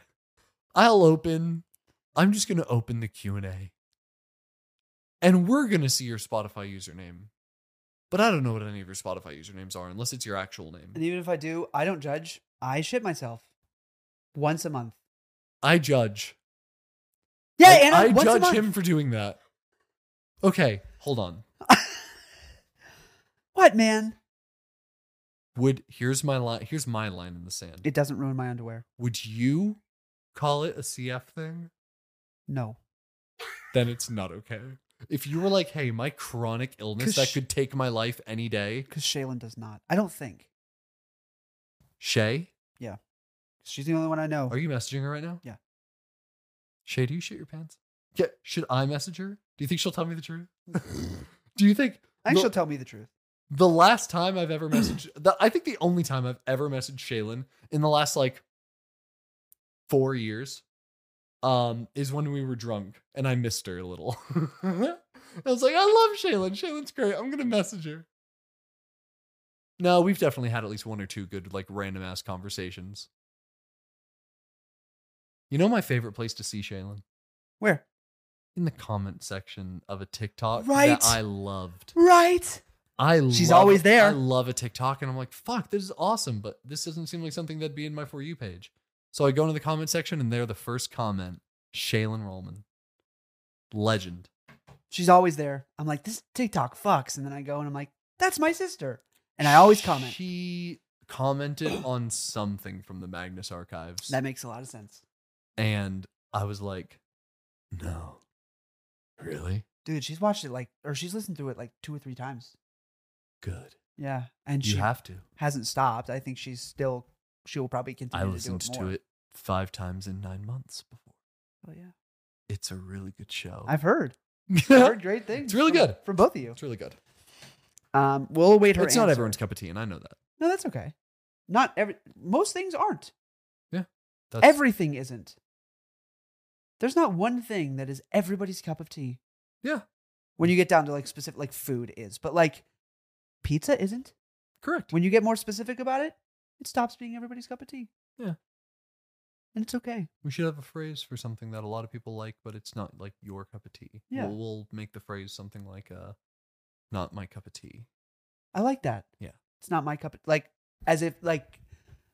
[SPEAKER 2] I'll open I'm just going to open the Q&A. And we're going to see your Spotify username. But I don't know what any of your Spotify usernames are unless it's your actual
[SPEAKER 1] And
[SPEAKER 2] name.
[SPEAKER 1] even if I do, I don't judge. I shit myself once a month.
[SPEAKER 2] I judge.
[SPEAKER 1] Yeah,
[SPEAKER 2] Like,
[SPEAKER 1] and
[SPEAKER 2] I
[SPEAKER 1] once a
[SPEAKER 2] judge
[SPEAKER 1] month.
[SPEAKER 2] him for doing that. Okay, hold on.
[SPEAKER 1] What man?
[SPEAKER 2] Would here's my line here's my line in the sand.
[SPEAKER 1] It doesn't ruin my underwear.
[SPEAKER 2] Would you call it a CF thing?
[SPEAKER 1] No,
[SPEAKER 2] Then it's not okay. If you were like, hey, my chronic illness that
[SPEAKER 1] Kush.
[SPEAKER 2] could take my life any day,
[SPEAKER 1] because Shaylin does not. I don't think
[SPEAKER 2] Shay,
[SPEAKER 1] she's the only one I know.
[SPEAKER 2] are you messaging her right now?
[SPEAKER 1] Yeah.
[SPEAKER 2] Shay, do you shit your pants? Yeah. Should I message her? Do you think she'll tell me the truth? do you think
[SPEAKER 1] I think
[SPEAKER 2] the-
[SPEAKER 1] she'll tell me the truth.
[SPEAKER 2] the last time I've ever messaged, the, I think the only time I've ever messaged Shaylin in the last like four years, um, is when we were drunk and I missed her a little. I was like, I love Shaylin. Shaylin's great. I'm gonna message her. No, we've definitely had at least one or two good like random ass conversations. You know my favorite place to see Shaylin
[SPEAKER 1] Where?
[SPEAKER 2] in the comment section of a TikTok
[SPEAKER 1] Right.
[SPEAKER 2] that I loved.
[SPEAKER 1] Right.
[SPEAKER 2] I
[SPEAKER 1] She's
[SPEAKER 2] love-
[SPEAKER 1] always there.
[SPEAKER 2] I love a TikTok, and I'm like, fuck, this is awesome, but this doesn't seem like something that'd be in my for you page. So I go into the comment section, and they're the first comment. Shaylin Rollman, legend.
[SPEAKER 1] She's always there. I'm like this TikTok fucks, and then I go and I'm like, that's my sister, and I always comment.
[SPEAKER 2] She commented on something from the Magnus archives,
[SPEAKER 1] That makes a lot of sense,
[SPEAKER 2] and I was like, no, really
[SPEAKER 1] dude. She's watched it like, or she's listened to it like two or three times.
[SPEAKER 2] good.
[SPEAKER 1] Yeah, and
[SPEAKER 2] you
[SPEAKER 1] she
[SPEAKER 2] have to.
[SPEAKER 1] hasn't stopped. I think she's still. She will probably continue
[SPEAKER 2] I
[SPEAKER 1] to
[SPEAKER 2] listened
[SPEAKER 1] do it
[SPEAKER 2] to
[SPEAKER 1] more.
[SPEAKER 2] it five times in nine months before.
[SPEAKER 1] Oh yeah,
[SPEAKER 2] It's a really good show.
[SPEAKER 1] I've heard. I've
[SPEAKER 2] it's
[SPEAKER 1] heard great things.
[SPEAKER 2] It's really
[SPEAKER 1] from-
[SPEAKER 2] good.
[SPEAKER 1] from both of you.
[SPEAKER 2] really good.
[SPEAKER 1] Um, we'll await her.
[SPEAKER 2] It's not
[SPEAKER 1] answer.
[SPEAKER 2] everyone's cup of tea, and I know that.
[SPEAKER 1] No, that's okay. Not every. Most things aren't.
[SPEAKER 2] That's,
[SPEAKER 1] Everything isn't. There's not one thing that is everybody's cup of tea.
[SPEAKER 2] Yeah.
[SPEAKER 1] When you get down to like specific, like food is, but like pizza isn't.
[SPEAKER 2] correct.
[SPEAKER 1] When you get more specific about it, it stops being everybody's cup of tea.
[SPEAKER 2] Yeah.
[SPEAKER 1] And it's okay.
[SPEAKER 2] We should have a phrase for something that a lot of people like, but it's not like your cup of tea.
[SPEAKER 1] Yeah.
[SPEAKER 2] We'll, we'll make the phrase something like uh not my cup of tea.
[SPEAKER 1] I like that.
[SPEAKER 2] Yeah.
[SPEAKER 1] It's not my cup of like as if like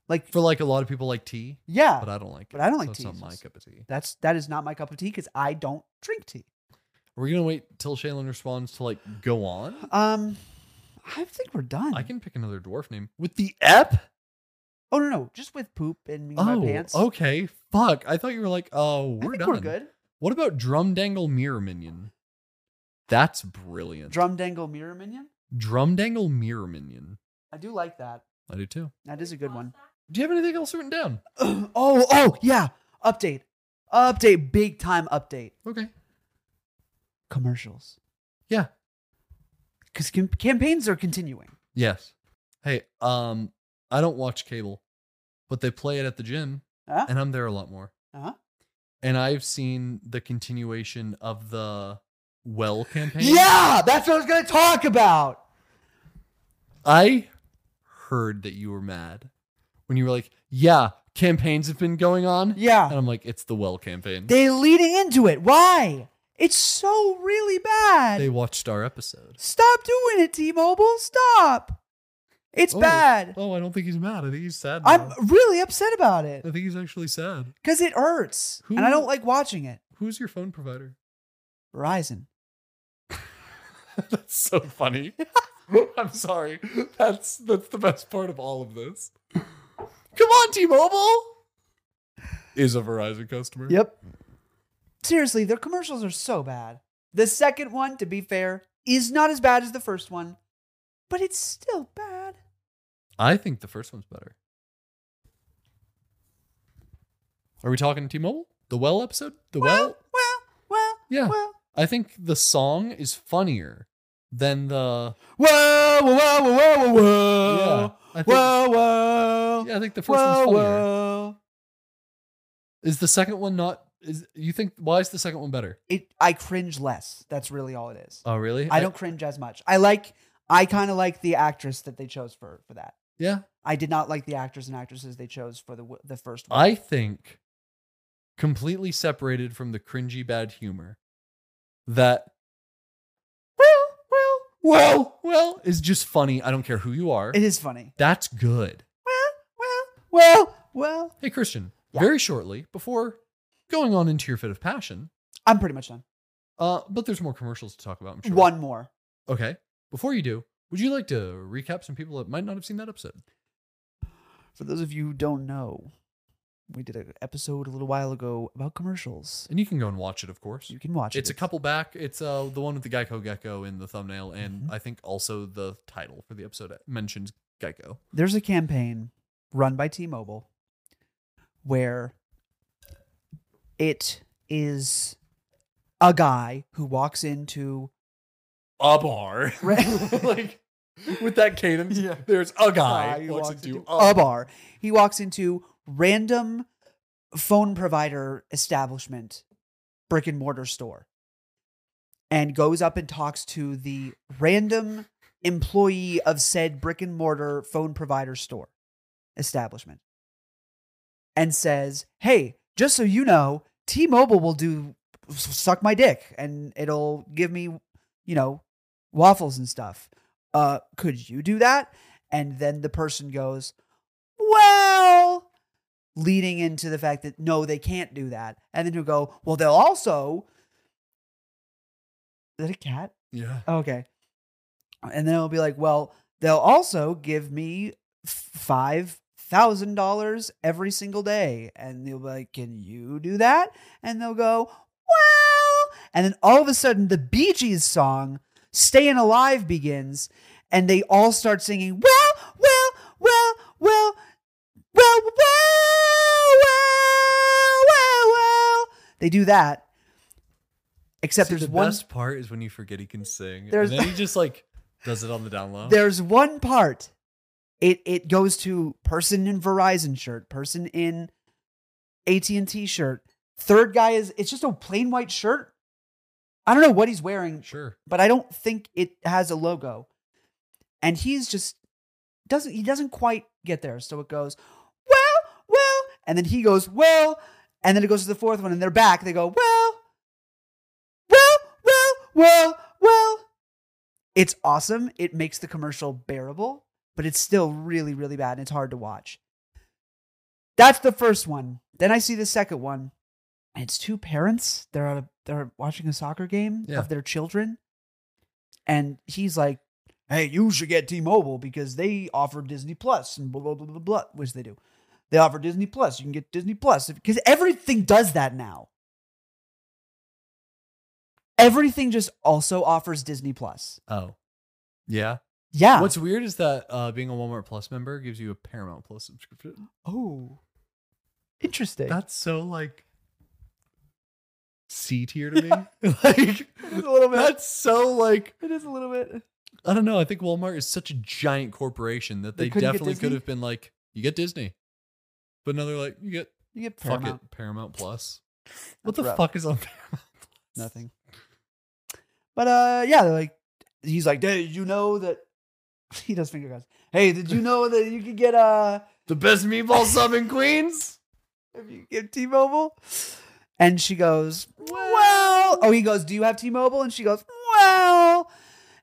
[SPEAKER 1] like
[SPEAKER 2] For like a lot of people like tea,
[SPEAKER 1] yeah.
[SPEAKER 2] but I don't like it.
[SPEAKER 1] But I don't like
[SPEAKER 2] so
[SPEAKER 1] tea,
[SPEAKER 2] It's
[SPEAKER 1] so
[SPEAKER 2] not my
[SPEAKER 1] it's-
[SPEAKER 2] cup of tea.
[SPEAKER 1] that's that is not my cup of tea because I don't drink tea.
[SPEAKER 2] Are we gonna wait till Shaylin responds to like go on?
[SPEAKER 1] Um, I think we're done.
[SPEAKER 2] I can pick another dwarf name with the ep.
[SPEAKER 1] Oh no, no, just with poop and me in
[SPEAKER 2] Oh,
[SPEAKER 1] my pants.
[SPEAKER 2] okay. Fuck. I thought you were like, oh,
[SPEAKER 1] I
[SPEAKER 2] we're
[SPEAKER 1] think
[SPEAKER 2] done.
[SPEAKER 1] we're good.
[SPEAKER 2] What about drum dangle mirror minion? That's brilliant.
[SPEAKER 1] Drum dangle mirror minion.
[SPEAKER 2] drum dangle mirror minion.
[SPEAKER 1] I do like that.
[SPEAKER 2] I do too.
[SPEAKER 1] That is a good one.
[SPEAKER 2] Do you have anything else written down?
[SPEAKER 1] oh, oh yeah. Update, update, big time update.
[SPEAKER 2] Okay.
[SPEAKER 1] Commercials,
[SPEAKER 2] Yeah.
[SPEAKER 1] because cam- campaigns are continuing.
[SPEAKER 2] Yes. Hey, um, I don't watch cable, but they play it at the gym,
[SPEAKER 1] Huh?
[SPEAKER 2] and I'm there a lot more.
[SPEAKER 1] Uh-huh.
[SPEAKER 2] And I've seen the continuation of the well campaign.
[SPEAKER 1] Yeah, that's what I was gonna talk about.
[SPEAKER 2] I heard that you were mad when you were like, "Yeah, campaigns have been going on," and
[SPEAKER 1] Yeah,
[SPEAKER 2] I'm like, "It's the well campaign."
[SPEAKER 1] they leading into it. Why? It's so really bad.
[SPEAKER 2] They watched our episode.
[SPEAKER 1] Stop doing it, T-Mobile. Stop. It's
[SPEAKER 2] Oh.
[SPEAKER 1] bad.
[SPEAKER 2] Oh, I don't think he's mad. I think he's sad.
[SPEAKER 1] I'm
[SPEAKER 2] now.
[SPEAKER 1] really upset about it
[SPEAKER 2] I think he's actually sad.
[SPEAKER 1] because it hurts, and I
[SPEAKER 2] Who-
[SPEAKER 1] don't like watching it.
[SPEAKER 2] Who's your phone provider?
[SPEAKER 1] Verizon.
[SPEAKER 2] That's so funny. I'm sorry. That's that's the best part of all of this. Come on, T-Mobile. Is a Verizon customer.
[SPEAKER 1] Yep. Seriously, their commercials are so bad. The second one, to be fair, is not as bad as the first one, but it's still bad.
[SPEAKER 2] I think the first one's better. Are we talking T-Mobile? The Well episode? The Well?
[SPEAKER 1] well, well, well,
[SPEAKER 2] Yeah.
[SPEAKER 1] well.
[SPEAKER 2] I think the song is funnier than the
[SPEAKER 1] Whoa, whoa, whoa, whoa, whoa,
[SPEAKER 2] Yeah.
[SPEAKER 1] whoa.
[SPEAKER 2] I think,
[SPEAKER 1] Whoa, whoa.
[SPEAKER 2] yeah, I think the first
[SPEAKER 1] Whoa,
[SPEAKER 2] one's funnier.
[SPEAKER 1] whoa.
[SPEAKER 2] Is the second one not Is you think why is the second one better?
[SPEAKER 1] It I cringe less. That's really all it is.
[SPEAKER 2] Oh, really?
[SPEAKER 1] I don't cringe as much. I like I kind of like the actress that they chose for for that.
[SPEAKER 2] Yeah,
[SPEAKER 1] I did not like the actors and actresses they chose for the w- the first one.
[SPEAKER 2] I think completely separated from the cringy bad humor that well, well, well, well is just funny. I don't care who you are.
[SPEAKER 1] it is funny.
[SPEAKER 2] That's good.
[SPEAKER 1] Well, well, well, well.
[SPEAKER 2] Hey, Christian,
[SPEAKER 1] Yeah.
[SPEAKER 2] very shortly before going on into your fit of passion,
[SPEAKER 1] I'm pretty much done.
[SPEAKER 2] uh, but there's more commercials to talk about, I'm sure.
[SPEAKER 1] One more.
[SPEAKER 2] Okay. Before you do, would you like to recap some people that might not have seen that episode?
[SPEAKER 1] For those of you who don't know, we did an episode a little while ago about commercials.
[SPEAKER 2] And you can go and watch it, of course.
[SPEAKER 1] You can watch
[SPEAKER 2] It's
[SPEAKER 1] it.
[SPEAKER 2] a couple back. It's uh the one with the Geico Gecko in the thumbnail, and
[SPEAKER 1] Mhm.
[SPEAKER 2] I think also the title for the episode mentions Geico.
[SPEAKER 1] There's a campaign run by T-Mobile where it is a guy who walks into
[SPEAKER 2] A bar,
[SPEAKER 1] Right.
[SPEAKER 2] like with that cadence.
[SPEAKER 1] Yeah.
[SPEAKER 2] There's a
[SPEAKER 1] guy who walks into a bar. He walks into random phone provider establishment, brick and mortar store, and goes up and talks to the random employee of said brick and mortar phone provider store establishment and says, Hey, just so you know, T Mobile will do suck my dick and it'll give me, you know, waffles and stuff. Uh, could you do that? And then the person goes, well, leading into the fact that no, they can't do that. And then you go, well, they'll also. Is that a cat?
[SPEAKER 2] Yeah.
[SPEAKER 1] Oh, Okay. And then it'll be like, well, they'll also give me five thousand dollars every single day. And they'll be like, Can you do that? And they'll go, Well and then all of a sudden the Bee Gees song, Stayin' Alive, begins, and they all start singing, Well, well, well, well, well, well, well, well, well. They do that. Except
[SPEAKER 2] See,
[SPEAKER 1] there's
[SPEAKER 2] the
[SPEAKER 1] one
[SPEAKER 2] best part is when you forget he can sing,
[SPEAKER 1] There's-
[SPEAKER 2] and then he just like does it on the down low.
[SPEAKER 1] There's one part. It it goes to person in Verizon shirt, person in AT and T shirt. Third guy is it's just a plain white shirt. I don't know what he's wearing,
[SPEAKER 2] sure.
[SPEAKER 1] but I don't think it has a logo. And he's just doesn't he doesn't quite get there. So it goes well, well, and then he goes well, and then it goes to the fourth one, and they're back. They go well, well, well, well, well. It's awesome. It makes the commercial bearable, but it's still really, really bad, and it's hard to watch. That's the first one. Then I see the second one. and It's two parents. They're at a, they're watching a soccer game
[SPEAKER 2] Yeah.
[SPEAKER 1] of their children, and he's like, "Hey, you should get T-Mobile because they offer Disney Plus and blah blah blah blah blah," which they do. They offer Disney Plus. You can get Disney Plus because everything does that now. Everything just also offers Disney Plus.
[SPEAKER 2] Oh, yeah.
[SPEAKER 1] Yeah.
[SPEAKER 2] What's weird is that uh, being a Walmart Plus member gives you a Paramount Plus subscription.
[SPEAKER 1] oh, interesting.
[SPEAKER 2] That's so like C tier to me. like
[SPEAKER 1] a little bit.
[SPEAKER 2] that's so like
[SPEAKER 1] it is a little bit.
[SPEAKER 2] I don't know. I think Walmart is such a giant corporation that
[SPEAKER 1] They
[SPEAKER 2] they,
[SPEAKER 1] couldn't get
[SPEAKER 2] definitely could
[SPEAKER 1] Disney?
[SPEAKER 2] have been like, you get Disney, but now they're like, you get
[SPEAKER 1] You get
[SPEAKER 2] fuck
[SPEAKER 1] Paramount.
[SPEAKER 2] it Paramount Plus. What
[SPEAKER 1] That's
[SPEAKER 2] the
[SPEAKER 1] rough.
[SPEAKER 2] fuck is on Paramount? Plus?
[SPEAKER 1] Nothing. But uh, yeah, they're like, he's like, did you know that? He does finger guns. Hey, did you know that you could get uh
[SPEAKER 2] The best meatball sub in Queens.
[SPEAKER 1] if you get T-Mobile? And she goes, well. Oh, he goes, do you have T-Mobile? And she goes, well.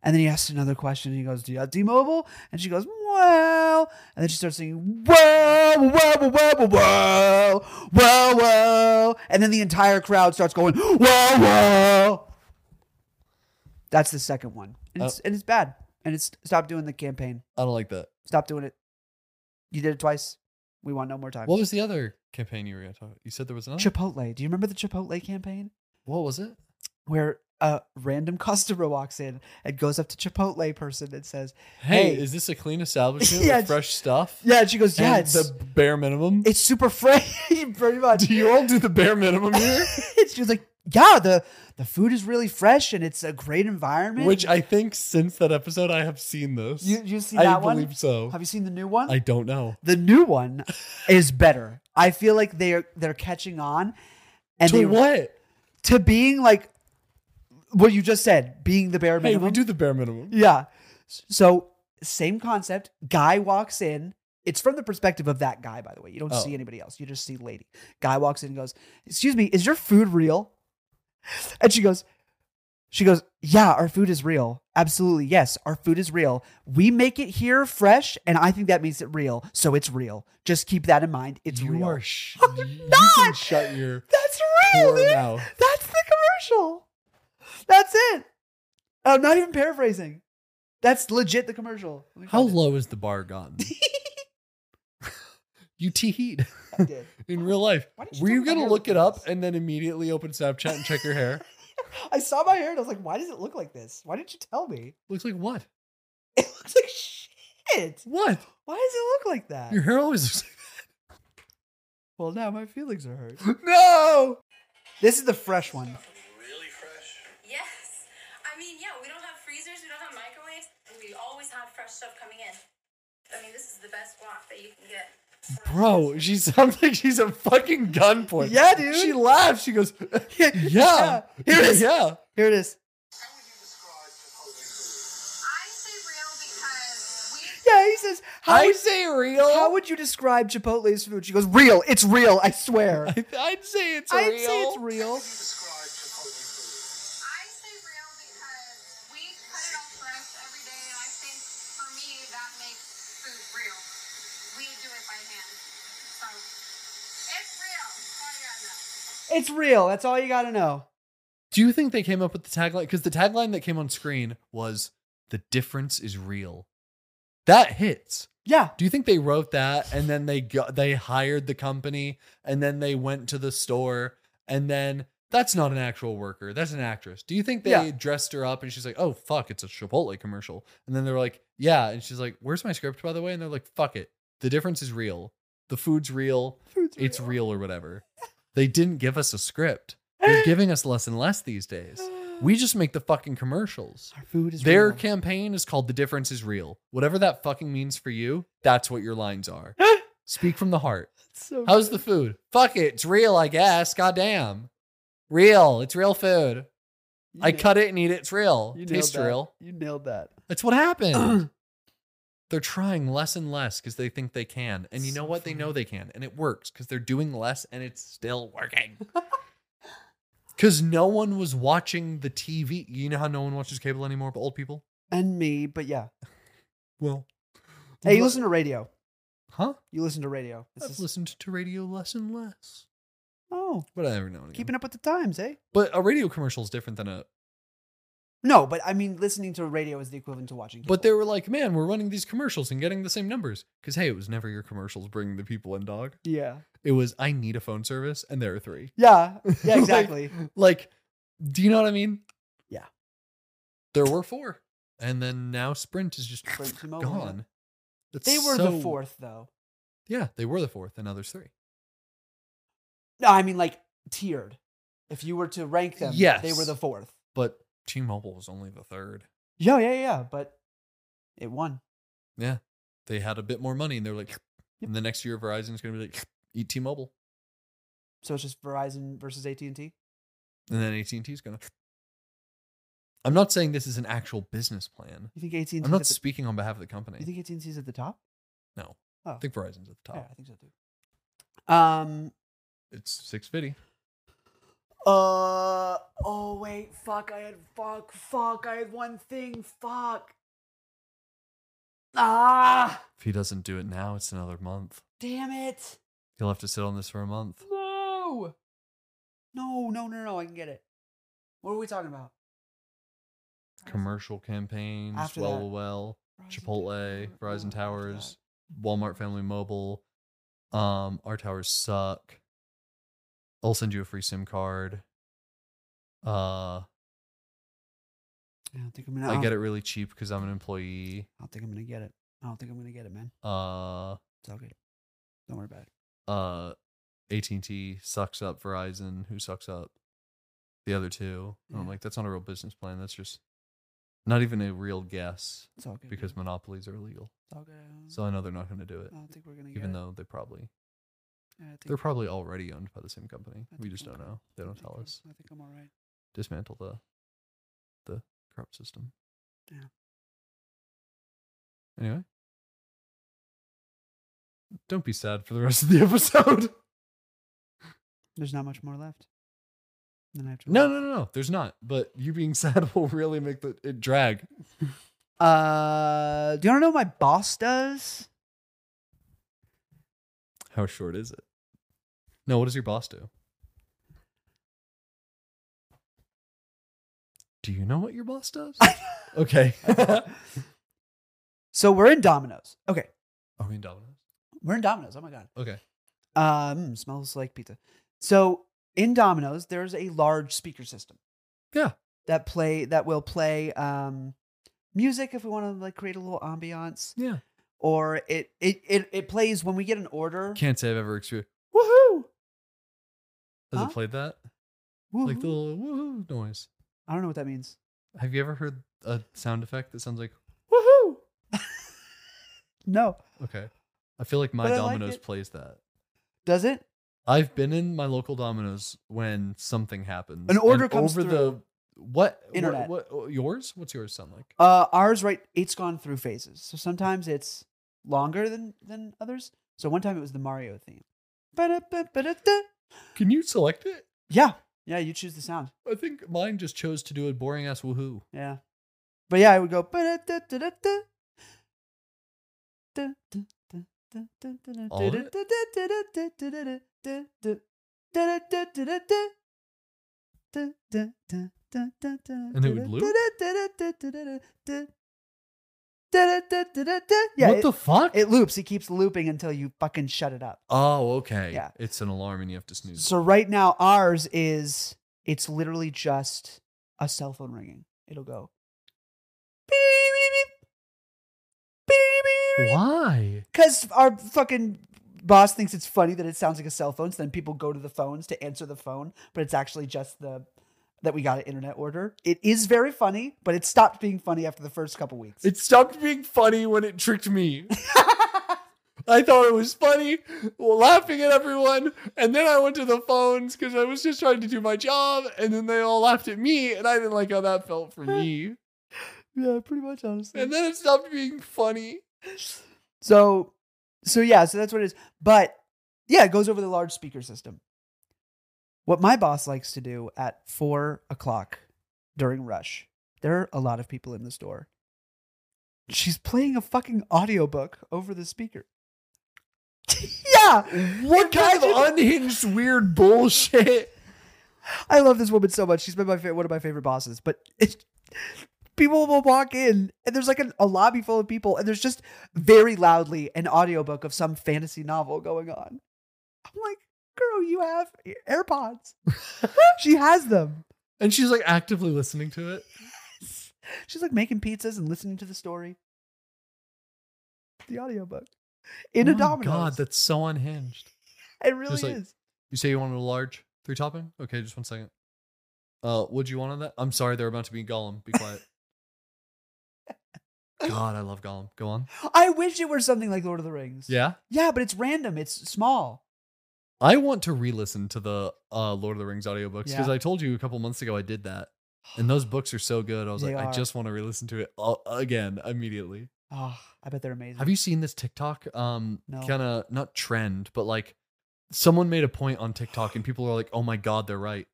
[SPEAKER 1] And then he asks another question. And he goes, do you have T-Mobile? And she goes, well. And then she starts singing, well, well, well, well, well, well, well. And then the entire crowd starts going, well, well. That's the second one. And, it's, and it's bad. And it's stop doing the campaign.
[SPEAKER 2] I don't like that.
[SPEAKER 1] Stop doing it. You did it twice. We want no more time.
[SPEAKER 2] What was the other campaign you were gonna talk? About? You said there was another.
[SPEAKER 1] Chipotle. Do you remember the Chipotle campaign
[SPEAKER 2] what was it?
[SPEAKER 1] where a random customer walks in and goes up to Chipotle person and says, Hey.
[SPEAKER 2] Hey, is this a clean establishment
[SPEAKER 1] Yeah,
[SPEAKER 2] with fresh stuff?
[SPEAKER 1] "Yeah," and she goes, "Yeah,
[SPEAKER 2] And
[SPEAKER 1] it's,
[SPEAKER 2] the bare minimum.
[SPEAKER 1] it's super fresh, pretty much."
[SPEAKER 2] do you all do the bare minimum here?
[SPEAKER 1] she was like, "Yeah, the the food is really fresh and it's a great environment."
[SPEAKER 2] Which I think since that episode, I have seen those.
[SPEAKER 1] you you see
[SPEAKER 2] I
[SPEAKER 1] that
[SPEAKER 2] believe
[SPEAKER 1] one?
[SPEAKER 2] so.
[SPEAKER 1] Have you seen the new one?
[SPEAKER 2] I don't know.
[SPEAKER 1] the new one is better. I feel like they're they're catching on, And
[SPEAKER 4] to
[SPEAKER 1] they,
[SPEAKER 4] what?
[SPEAKER 1] To being like what you just said, being the bare
[SPEAKER 4] Hey,
[SPEAKER 1] minimum.
[SPEAKER 4] we do the bare minimum.
[SPEAKER 1] Yeah. So same concept. Guy walks in. It's from the perspective of that guy, by the way. You don't
[SPEAKER 4] Oh.
[SPEAKER 1] see anybody else. You just see lady. Guy walks in and goes, "Excuse me, is your food real?" And she goes, "She goes, yeah, our food is real. Absolutely, yes, our food is real. We make it here fresh, and I think that means it real. So it's real. Just keep that in mind. It's
[SPEAKER 4] you
[SPEAKER 1] real.
[SPEAKER 4] are sh-
[SPEAKER 1] I'm
[SPEAKER 4] you can
[SPEAKER 1] not!
[SPEAKER 4] shut your
[SPEAKER 1] That's real,
[SPEAKER 4] poor
[SPEAKER 1] dude.
[SPEAKER 4] mouth.
[SPEAKER 1] That's the commercial. That's it. I'm not even paraphrasing. That's legit the commercial. Let me
[SPEAKER 2] How
[SPEAKER 1] find it.
[SPEAKER 2] low is the bar gone? you tee heat
[SPEAKER 1] I did.
[SPEAKER 4] in real life.
[SPEAKER 1] Why did you
[SPEAKER 4] Were
[SPEAKER 1] tell
[SPEAKER 4] you
[SPEAKER 1] me my
[SPEAKER 4] gonna
[SPEAKER 1] hair
[SPEAKER 4] look
[SPEAKER 1] looked
[SPEAKER 4] it
[SPEAKER 1] like
[SPEAKER 4] up
[SPEAKER 1] this?
[SPEAKER 4] and then immediately open Snapchat and check your hair?
[SPEAKER 1] I saw my hair and I was like, why does it look like this? Why didn't you tell me?
[SPEAKER 2] Looks like what?
[SPEAKER 1] It looks like shit.
[SPEAKER 2] What?
[SPEAKER 1] Why does it look like that?
[SPEAKER 2] Your hair always looks
[SPEAKER 1] Well, now my feelings are hurt.
[SPEAKER 2] like No!
[SPEAKER 1] This is the fresh one.
[SPEAKER 3] Yes. I mean, yeah, we don't have freezers, we don't have microwaves, we always have fresh stuff coming in. I mean, this is the best guac that you can get.
[SPEAKER 4] Bro, she sounds like she's at fucking gunpoint.
[SPEAKER 1] Yeah, dude.
[SPEAKER 4] She laughs. She goes,
[SPEAKER 1] Yeah.
[SPEAKER 4] yeah.
[SPEAKER 1] Here it is.
[SPEAKER 4] Yeah.
[SPEAKER 1] Here it is.
[SPEAKER 3] I say real because we
[SPEAKER 1] Yeah, he says, how,
[SPEAKER 4] I
[SPEAKER 1] would,
[SPEAKER 4] say real.
[SPEAKER 1] how would you describe Chipotle's food? She goes, real. It's real. I swear.
[SPEAKER 4] I'd say it's
[SPEAKER 1] I'd
[SPEAKER 4] real.
[SPEAKER 1] say it's real.
[SPEAKER 3] I say real because we cut it all fresh every day, and I think for me that makes food real. We do it by hand, so it's real. That's all you
[SPEAKER 1] It's real. That's all you got to
[SPEAKER 3] gotta know.
[SPEAKER 1] know.
[SPEAKER 2] Do you think they came up with the tagline? Because the tagline that came on screen was the difference is real. That hits.
[SPEAKER 1] Yeah.
[SPEAKER 2] Do you think they wrote that and then they got they hired the company and then they went to the store and then that's not an actual worker, that's an actress. Do you think they
[SPEAKER 1] Yeah.
[SPEAKER 2] dressed her up and she's like, "Oh fuck, it's a Chipotle commercial." And then they're like, "Yeah." And she's like, "Where's my script by the way?" And they're like, "Fuck it. The difference is real. The food's real. It's real or whatever." They didn't give us a script. They're giving us less and less these days. We just make the fucking commercials.
[SPEAKER 1] Our food is
[SPEAKER 2] Their
[SPEAKER 1] real.
[SPEAKER 2] campaign is called The Difference is Real. Whatever that fucking means for you, that's what your lines are. Speak from the heart.
[SPEAKER 1] So
[SPEAKER 2] How's the food? Fuck it. It's real, I guess. Goddamn. Real. It's real food.
[SPEAKER 1] You
[SPEAKER 2] I
[SPEAKER 1] nailed-
[SPEAKER 2] cut it and eat it. It's real.
[SPEAKER 1] you nailed
[SPEAKER 2] Tastes
[SPEAKER 1] that.
[SPEAKER 2] real.
[SPEAKER 1] You nailed that.
[SPEAKER 2] That's what happened. they're trying less and less because they think they can. And you know what? They know they can. And it works because they're doing less and it's still working. Because no one was watching the TV. You know how no one watches cable anymore but old people?
[SPEAKER 1] And me, but yeah.
[SPEAKER 2] Well,
[SPEAKER 1] Hey, you
[SPEAKER 2] what-
[SPEAKER 1] listen to radio.
[SPEAKER 2] Huh?
[SPEAKER 1] You listen to radio. It's
[SPEAKER 2] I've
[SPEAKER 1] just-
[SPEAKER 2] listened to radio less and less.
[SPEAKER 1] Oh,
[SPEAKER 2] But I never know.
[SPEAKER 1] keeping up with the times, eh?
[SPEAKER 2] But a radio commercial is different than a.
[SPEAKER 1] No, but I mean, listening to radio is the equivalent to watching.
[SPEAKER 2] But they
[SPEAKER 1] cable.
[SPEAKER 2] were like, man, we're running these commercials and getting the same numbers. Because, hey, it was never your commercials bringing the people in, dog.
[SPEAKER 1] yeah,
[SPEAKER 2] It was, I need a phone service, and there are three.
[SPEAKER 1] yeah, yeah,
[SPEAKER 2] Like-
[SPEAKER 1] exactly.
[SPEAKER 2] Like, do you know what I mean?
[SPEAKER 1] Yeah.
[SPEAKER 2] There were four. And then now Sprint is just
[SPEAKER 1] Sprint to mobile, yeah.
[SPEAKER 2] gone. That's
[SPEAKER 1] they were
[SPEAKER 2] so-
[SPEAKER 1] the fourth, though.
[SPEAKER 2] Yeah, they were the fourth, and now there's three.
[SPEAKER 1] No, I mean like tiered. If you were to rank them, they were
[SPEAKER 2] Yes.
[SPEAKER 1] the fourth.
[SPEAKER 2] But T Mobile was only the third.
[SPEAKER 1] Yeah, yeah, yeah. But it won.
[SPEAKER 2] Yeah. They had a bit more money and they're like,
[SPEAKER 1] Yep.
[SPEAKER 2] and the next year Verizon's going to be like, eat T-Mobile.
[SPEAKER 1] So it's just Verizon versus AT and T.
[SPEAKER 2] And then AT&T's going to. I'm not saying this is an actual business plan.
[SPEAKER 1] You think AT and T?
[SPEAKER 2] I'm not speaking on behalf of the
[SPEAKER 1] You
[SPEAKER 2] company.
[SPEAKER 1] think AT and T's at the top?
[SPEAKER 2] No.
[SPEAKER 1] Oh.
[SPEAKER 2] I think Verizon's at the
[SPEAKER 1] Yeah,
[SPEAKER 2] top.
[SPEAKER 1] I think so too. Um,
[SPEAKER 2] It's 650.
[SPEAKER 1] Uh oh wait, fuck, I had fuck, fuck, I had one thing, fuck. Ah
[SPEAKER 2] If he doesn't do it now, it's another month.
[SPEAKER 1] damn it.
[SPEAKER 2] He'll have to sit on this for a month.
[SPEAKER 1] No. No, no, no, no, I can get it. What are we talking about?
[SPEAKER 2] Commercial campaigns,
[SPEAKER 1] After
[SPEAKER 2] well,
[SPEAKER 1] that.
[SPEAKER 2] well, well,
[SPEAKER 1] Verizon
[SPEAKER 2] Chipotle,
[SPEAKER 1] Tower, oh,
[SPEAKER 2] Verizon
[SPEAKER 1] after
[SPEAKER 2] Towers, Walmart Family Mobile. Um, our towers suck. I'll send you a free SIM card. Uh,
[SPEAKER 1] that. I don't think I'm gonna oh,
[SPEAKER 2] I get it really cheap because I'm an employee.
[SPEAKER 1] I don't think I'm gonna get it. I don't think I'm gonna get it, man.
[SPEAKER 2] Uh,
[SPEAKER 1] It's all good. Don't worry about it.
[SPEAKER 2] uh, AT and T sucks up Verizon, who sucks up the other two. And I'm
[SPEAKER 1] Yeah.
[SPEAKER 2] like, that's not a real business plan. That's just not even a real guess
[SPEAKER 1] It's all good.
[SPEAKER 2] because
[SPEAKER 1] man.
[SPEAKER 2] monopolies are illegal.
[SPEAKER 1] it's all good.
[SPEAKER 2] So I know they're not going to do it,
[SPEAKER 1] I don't think we're gonna get
[SPEAKER 2] even
[SPEAKER 1] it.
[SPEAKER 2] though they probably
[SPEAKER 1] Yeah, I think
[SPEAKER 2] They're probably already owned by the same company.
[SPEAKER 1] I
[SPEAKER 2] We
[SPEAKER 1] think
[SPEAKER 2] just
[SPEAKER 1] I'm
[SPEAKER 2] don't
[SPEAKER 1] good.
[SPEAKER 2] know. They
[SPEAKER 1] I
[SPEAKER 2] don't
[SPEAKER 1] think
[SPEAKER 2] tell
[SPEAKER 1] I'm-
[SPEAKER 2] us.
[SPEAKER 1] I think I'm all right.
[SPEAKER 2] Dismantle the the corrupt system.
[SPEAKER 1] Yeah.
[SPEAKER 2] Anyway. Don't be sad for the rest of the episode.
[SPEAKER 1] There's not much more left. Then I have to.
[SPEAKER 2] No,
[SPEAKER 1] leave.
[SPEAKER 2] no, no, no. There's not. But you being sad will really make the, it drag.
[SPEAKER 1] Uh, do you want to know what my boss does?
[SPEAKER 2] How short is it? No, what does your boss do? Do you know what your boss does? okay. I
[SPEAKER 1] So we're in Domino's. Okay,
[SPEAKER 2] mean, Domino's.
[SPEAKER 1] we're in Domino's. Oh my god.
[SPEAKER 2] Oh, Okay.
[SPEAKER 1] Um, smells like pizza. So in Domino's, there's a large speaker system.
[SPEAKER 2] Yeah.
[SPEAKER 1] That play that will play um music if we want to like create a little ambiance,
[SPEAKER 2] Yeah.
[SPEAKER 1] or it it it, it plays when we get an order.
[SPEAKER 2] Can't say I've ever experienced.
[SPEAKER 1] Woohoo!
[SPEAKER 2] Has
[SPEAKER 1] Huh?
[SPEAKER 2] it played that?
[SPEAKER 1] Woohoo!
[SPEAKER 2] Like the little woohoo noise.
[SPEAKER 1] I don't know what that means.
[SPEAKER 2] Have you ever heard a sound effect that sounds like
[SPEAKER 1] Woohoo! no,
[SPEAKER 2] okay? I feel like my
[SPEAKER 1] But I like
[SPEAKER 2] Domino's
[SPEAKER 1] it.
[SPEAKER 2] plays that.
[SPEAKER 1] does it?
[SPEAKER 2] I've been in my local Domino's when something happens.
[SPEAKER 1] An order
[SPEAKER 2] and
[SPEAKER 1] comes
[SPEAKER 2] over the what what-
[SPEAKER 1] Internet.
[SPEAKER 2] What, oh, yours? What's yours sound like?
[SPEAKER 1] Uh, ours right. It's gone through phases. So sometimes it's longer than than others. So one time it was the Mario theme. Ba-da-ba-ba-da-da.
[SPEAKER 2] Can you select it?
[SPEAKER 1] Yeah, yeah. You choose the sound.
[SPEAKER 2] I think mine just chose to do a boring ass woohoo.
[SPEAKER 1] Yeah. But yeah, I would go. "Ba-da-da-da-da-da." Da, da, da, da, da, da, da,
[SPEAKER 2] All of
[SPEAKER 1] da,
[SPEAKER 2] it?
[SPEAKER 1] da, da, da, da, da, da, da, da, da, da, da, da, da, da. Da, da, da, da, da, da,
[SPEAKER 2] And it
[SPEAKER 1] da,
[SPEAKER 2] would
[SPEAKER 1] da,
[SPEAKER 2] loop?
[SPEAKER 1] da, da, da, da, da, da, da. Da, da, da, da, da, da. Yeah,
[SPEAKER 2] what
[SPEAKER 1] it-
[SPEAKER 2] the fuck?
[SPEAKER 1] it loops. It keeps looping until you fucking shut it up.
[SPEAKER 2] oh, okay.
[SPEAKER 1] Yeah.
[SPEAKER 2] It's an alarm and you have to snooze.
[SPEAKER 1] So right now ours is it's literally just a cell phone ringing. It'll go.
[SPEAKER 2] Why?
[SPEAKER 1] Because our fucking boss thinks it's funny that it sounds like a cell phone, so then people go to the phones to answer the phone, but it's actually just the that we got an internet order. It is very funny, but it stopped being funny after the first couple weeks.
[SPEAKER 2] It stopped being funny when it tricked me. I thought it was funny, laughing at everyone, and then I went to the phones because I was just trying to do my job, and then they all laughed at me, and I didn't like how that felt for me.
[SPEAKER 1] yeah, pretty much honestly.
[SPEAKER 2] And then it stopped being funny.
[SPEAKER 1] So, so yeah, so that's what it is. But yeah, it goes over the large speaker system. What my boss likes to do at four o'clock during rush, there are a lot of people in the store. She's playing a fucking audiobook over the speaker. yeah.
[SPEAKER 2] What kind of
[SPEAKER 1] Imagine-
[SPEAKER 2] unhinged, weird bullshit?
[SPEAKER 1] I love this woman so much. She's been my fa- one of my favorite bosses. But it, people will walk in, and there's like an, a lobby full of people, and there's just very loudly an audiobook of some fantasy novel going on. I'm like, girl, you have AirPods. she has them.
[SPEAKER 2] And she's like actively listening to it.
[SPEAKER 1] She's like making pizzas and listening to the story. The audiobook. In a
[SPEAKER 2] Oh my
[SPEAKER 1] Domino's.
[SPEAKER 2] God, that's so unhinged.
[SPEAKER 1] it really
[SPEAKER 2] just like-
[SPEAKER 1] is.
[SPEAKER 2] You say you wanted a large three topping? Okay, just one second. Uh, what'd you want on that? I'm sorry, they're about to be Gollum. Be quiet. God, I love Gollum. Go on.
[SPEAKER 1] I wish it were something like Lord of the Rings.
[SPEAKER 2] Yeah.
[SPEAKER 1] Yeah, but it's random. It's small.
[SPEAKER 2] I want to re-listen to the uh, Lord of the Rings audiobooks because
[SPEAKER 1] Yeah.
[SPEAKER 2] I told you a couple months ago I did that, and those books are so good. I was
[SPEAKER 1] They
[SPEAKER 2] like,
[SPEAKER 1] are.
[SPEAKER 2] I just want to re-listen to it all, again immediately.
[SPEAKER 1] Oh, I bet they're amazing.
[SPEAKER 2] Have you seen this TikTok? Um,
[SPEAKER 1] No.
[SPEAKER 2] kind of not trend, but like someone made a point on TikTok, and people are like, "Oh my god, they're right."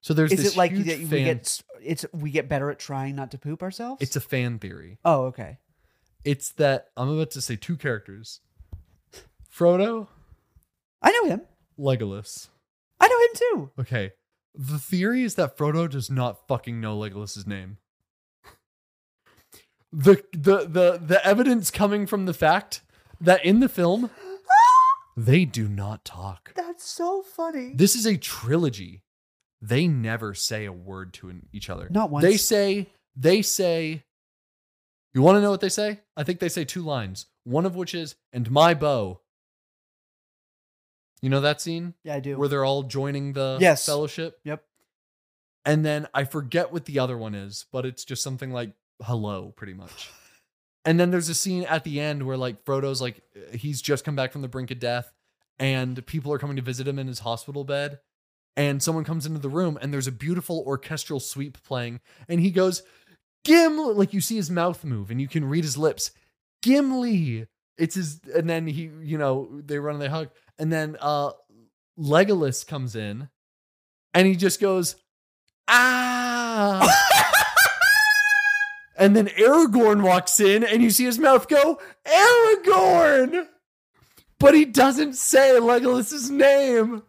[SPEAKER 2] So there's
[SPEAKER 1] is
[SPEAKER 2] this
[SPEAKER 1] it like
[SPEAKER 2] huge
[SPEAKER 1] that we
[SPEAKER 2] fan-
[SPEAKER 1] get s- it's we get better at trying not to poop ourselves?
[SPEAKER 2] It's a fan theory.
[SPEAKER 1] oh okay.
[SPEAKER 2] It's that I'm about to say two characters: Frodo,
[SPEAKER 1] I know him.
[SPEAKER 2] Legolas.
[SPEAKER 1] I know him too.
[SPEAKER 2] Okay, the theory is that Frodo does not fucking know Legolas's name. The the the the evidence coming from the fact that in the film they do not talk.
[SPEAKER 1] That's so funny.
[SPEAKER 2] This is a trilogy. They never say a word to an- each other.
[SPEAKER 1] Not once.
[SPEAKER 2] They say, they say, you want to know what they say? I think they say two lines, one of which is, and my bow. You know that scene
[SPEAKER 1] yeah, I do.
[SPEAKER 2] where they're all joining the
[SPEAKER 1] Yes.
[SPEAKER 2] fellowship?
[SPEAKER 1] Yep.
[SPEAKER 2] And then I forget what the other one is, but it's just something like hello, pretty much. And then there's a scene at the end where like Frodo's like he's just come back from the brink of death, and people are coming to visit him in his hospital bed. And someone comes into the room and there's a beautiful orchestral sweep playing. And he goes, Gimli, like you see his mouth move and you can read his lips. Gimli. It's his, and then he, you know, they run and they hug. And then uh Legolas comes in and he just goes, ah. and then Aragorn walks in and you see his mouth go, Aragorn. But he doesn't say Legolas's name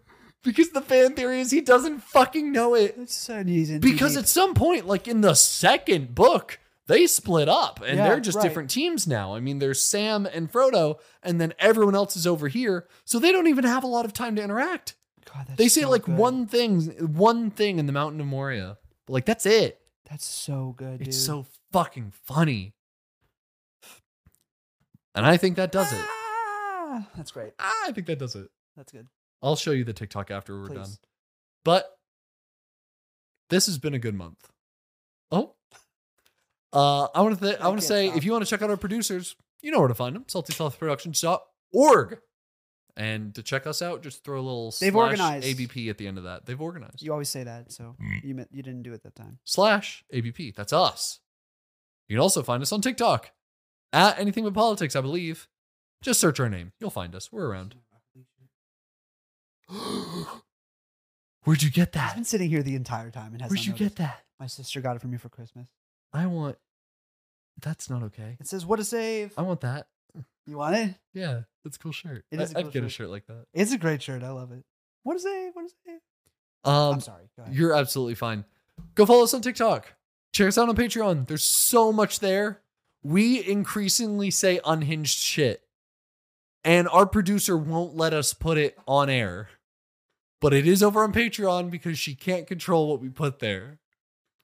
[SPEAKER 2] because the fan theory is he doesn't fucking know it.
[SPEAKER 1] That's so easy.
[SPEAKER 2] Because at some point, like in the second book, they split up and
[SPEAKER 1] Yeah,
[SPEAKER 2] they're just
[SPEAKER 1] right.
[SPEAKER 2] different teams now. I mean, there's Sam and Frodo, and then everyone else is over here, so they don't even have a lot of time to interact.
[SPEAKER 1] God, that's
[SPEAKER 2] They say
[SPEAKER 1] so
[SPEAKER 2] like
[SPEAKER 1] good.
[SPEAKER 2] one thing, one thing in the Mountain of Moria, but like that's it.
[SPEAKER 1] That's so good.
[SPEAKER 2] It's
[SPEAKER 1] dude.
[SPEAKER 2] so fucking funny, and I think that does it.
[SPEAKER 1] Ah, that's great.
[SPEAKER 2] I think that does it.
[SPEAKER 1] That's good.
[SPEAKER 2] I'll show you the TikTok after we're
[SPEAKER 1] Please.
[SPEAKER 2] done. But this has been a good month. Oh, uh, I want to th- I
[SPEAKER 1] I
[SPEAKER 2] want to
[SPEAKER 1] can't
[SPEAKER 2] say
[SPEAKER 1] stop.
[SPEAKER 2] if you want to check out our producers, you know where to find them: saltysouthproductions.org. And to check us out, just throw a little
[SPEAKER 1] They've
[SPEAKER 2] slash
[SPEAKER 1] organized.
[SPEAKER 2] ABP at the end of that. They've organized
[SPEAKER 1] You always say that, so
[SPEAKER 2] Mm.
[SPEAKER 1] you meant you didn't do it that time.
[SPEAKER 2] slash ABP. That's us. You can also find us on TikTok at Anything But Politics, I believe. Just search our name; you'll find us. We're around. Where'd you get
[SPEAKER 1] I've
[SPEAKER 2] that?
[SPEAKER 1] been sitting here the entire time and has
[SPEAKER 2] Where'd
[SPEAKER 1] not
[SPEAKER 2] you
[SPEAKER 1] noticed.
[SPEAKER 2] get that?
[SPEAKER 1] My sister got it for me for Christmas.
[SPEAKER 2] I want. That's not okay.
[SPEAKER 1] It says what a save.
[SPEAKER 2] I want that.
[SPEAKER 1] You want it?
[SPEAKER 2] Yeah, that's a cool shirt.
[SPEAKER 1] It
[SPEAKER 2] I-
[SPEAKER 1] is a
[SPEAKER 2] I'd
[SPEAKER 1] cool
[SPEAKER 2] get a
[SPEAKER 1] shirt.
[SPEAKER 2] shirt like that.
[SPEAKER 1] It's a great shirt. I love it. What a save. What a save.
[SPEAKER 2] Um,
[SPEAKER 1] I'm sorry. Go ahead.
[SPEAKER 2] you're absolutely fine. Go follow us on TikTok. Check us out on Patreon. There's so much there. We increasingly say unhinged shit, and our producer won't let us put it on air. But it is over on Patreon because she can't control what we put there.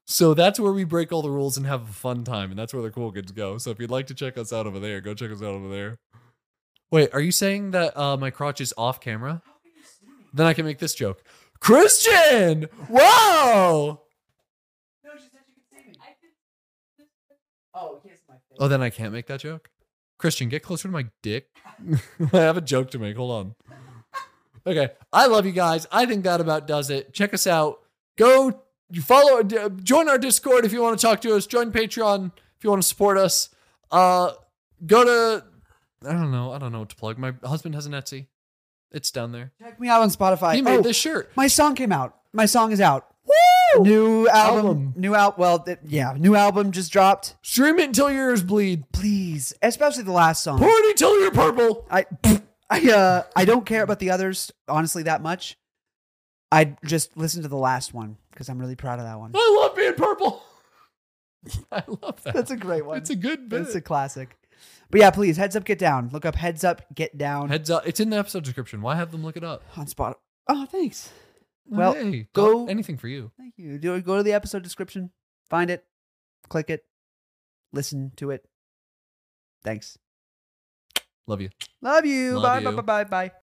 [SPEAKER 2] So that's where we break all the rules and have a fun time, and that's where the cool kids go. So if you'd like to check us out over there, go check us out over there. Wait, are you saying that uh, my crotch is off camera? Then I can make this joke. Christian! Whoa!
[SPEAKER 1] Oh, here's my face.
[SPEAKER 2] Oh, then I can't make that joke? Christian, get closer to my dick. I have a joke to make. Hold on. Okay. I love you guys. I think that about does it. Check us out. Go you follow uh, d- join our Discord if you want to talk to us. Join Patreon if you want to support us. Uh go to I don't know. I don't know what to plug. My husband has an Etsy. It's down there.
[SPEAKER 1] Check me out on Spotify.
[SPEAKER 2] He made
[SPEAKER 1] Oh,
[SPEAKER 2] this shirt.
[SPEAKER 1] My song came out. My song is out. Woo! New album.
[SPEAKER 2] Album.
[SPEAKER 1] New out. Well, th- yeah. New album just dropped.
[SPEAKER 2] Stream it until your ears bleed.
[SPEAKER 1] Please, especially the last song.
[SPEAKER 2] Party till you're purple.
[SPEAKER 1] I I uh I don't care about the others honestly that much. I just listened to the last one because I'm really proud of that one.
[SPEAKER 2] I love being purple. I love that.
[SPEAKER 1] That's a great one.
[SPEAKER 2] It's a good bit.
[SPEAKER 1] It's a classic. But yeah, please heads up, get down. Look up heads up, get down
[SPEAKER 2] Heads up. It's in the episode description. Why have them look it up?
[SPEAKER 1] on Spotify. Oh, thanks. Well,
[SPEAKER 2] Hey,
[SPEAKER 1] go-
[SPEAKER 2] Anything for you.
[SPEAKER 1] Thank you. Do go to the episode description, find it, click it, listen to it. Thanks.
[SPEAKER 2] Love you.
[SPEAKER 1] Love you.
[SPEAKER 2] Love
[SPEAKER 1] bye,
[SPEAKER 2] you.
[SPEAKER 1] bye bye bye bye.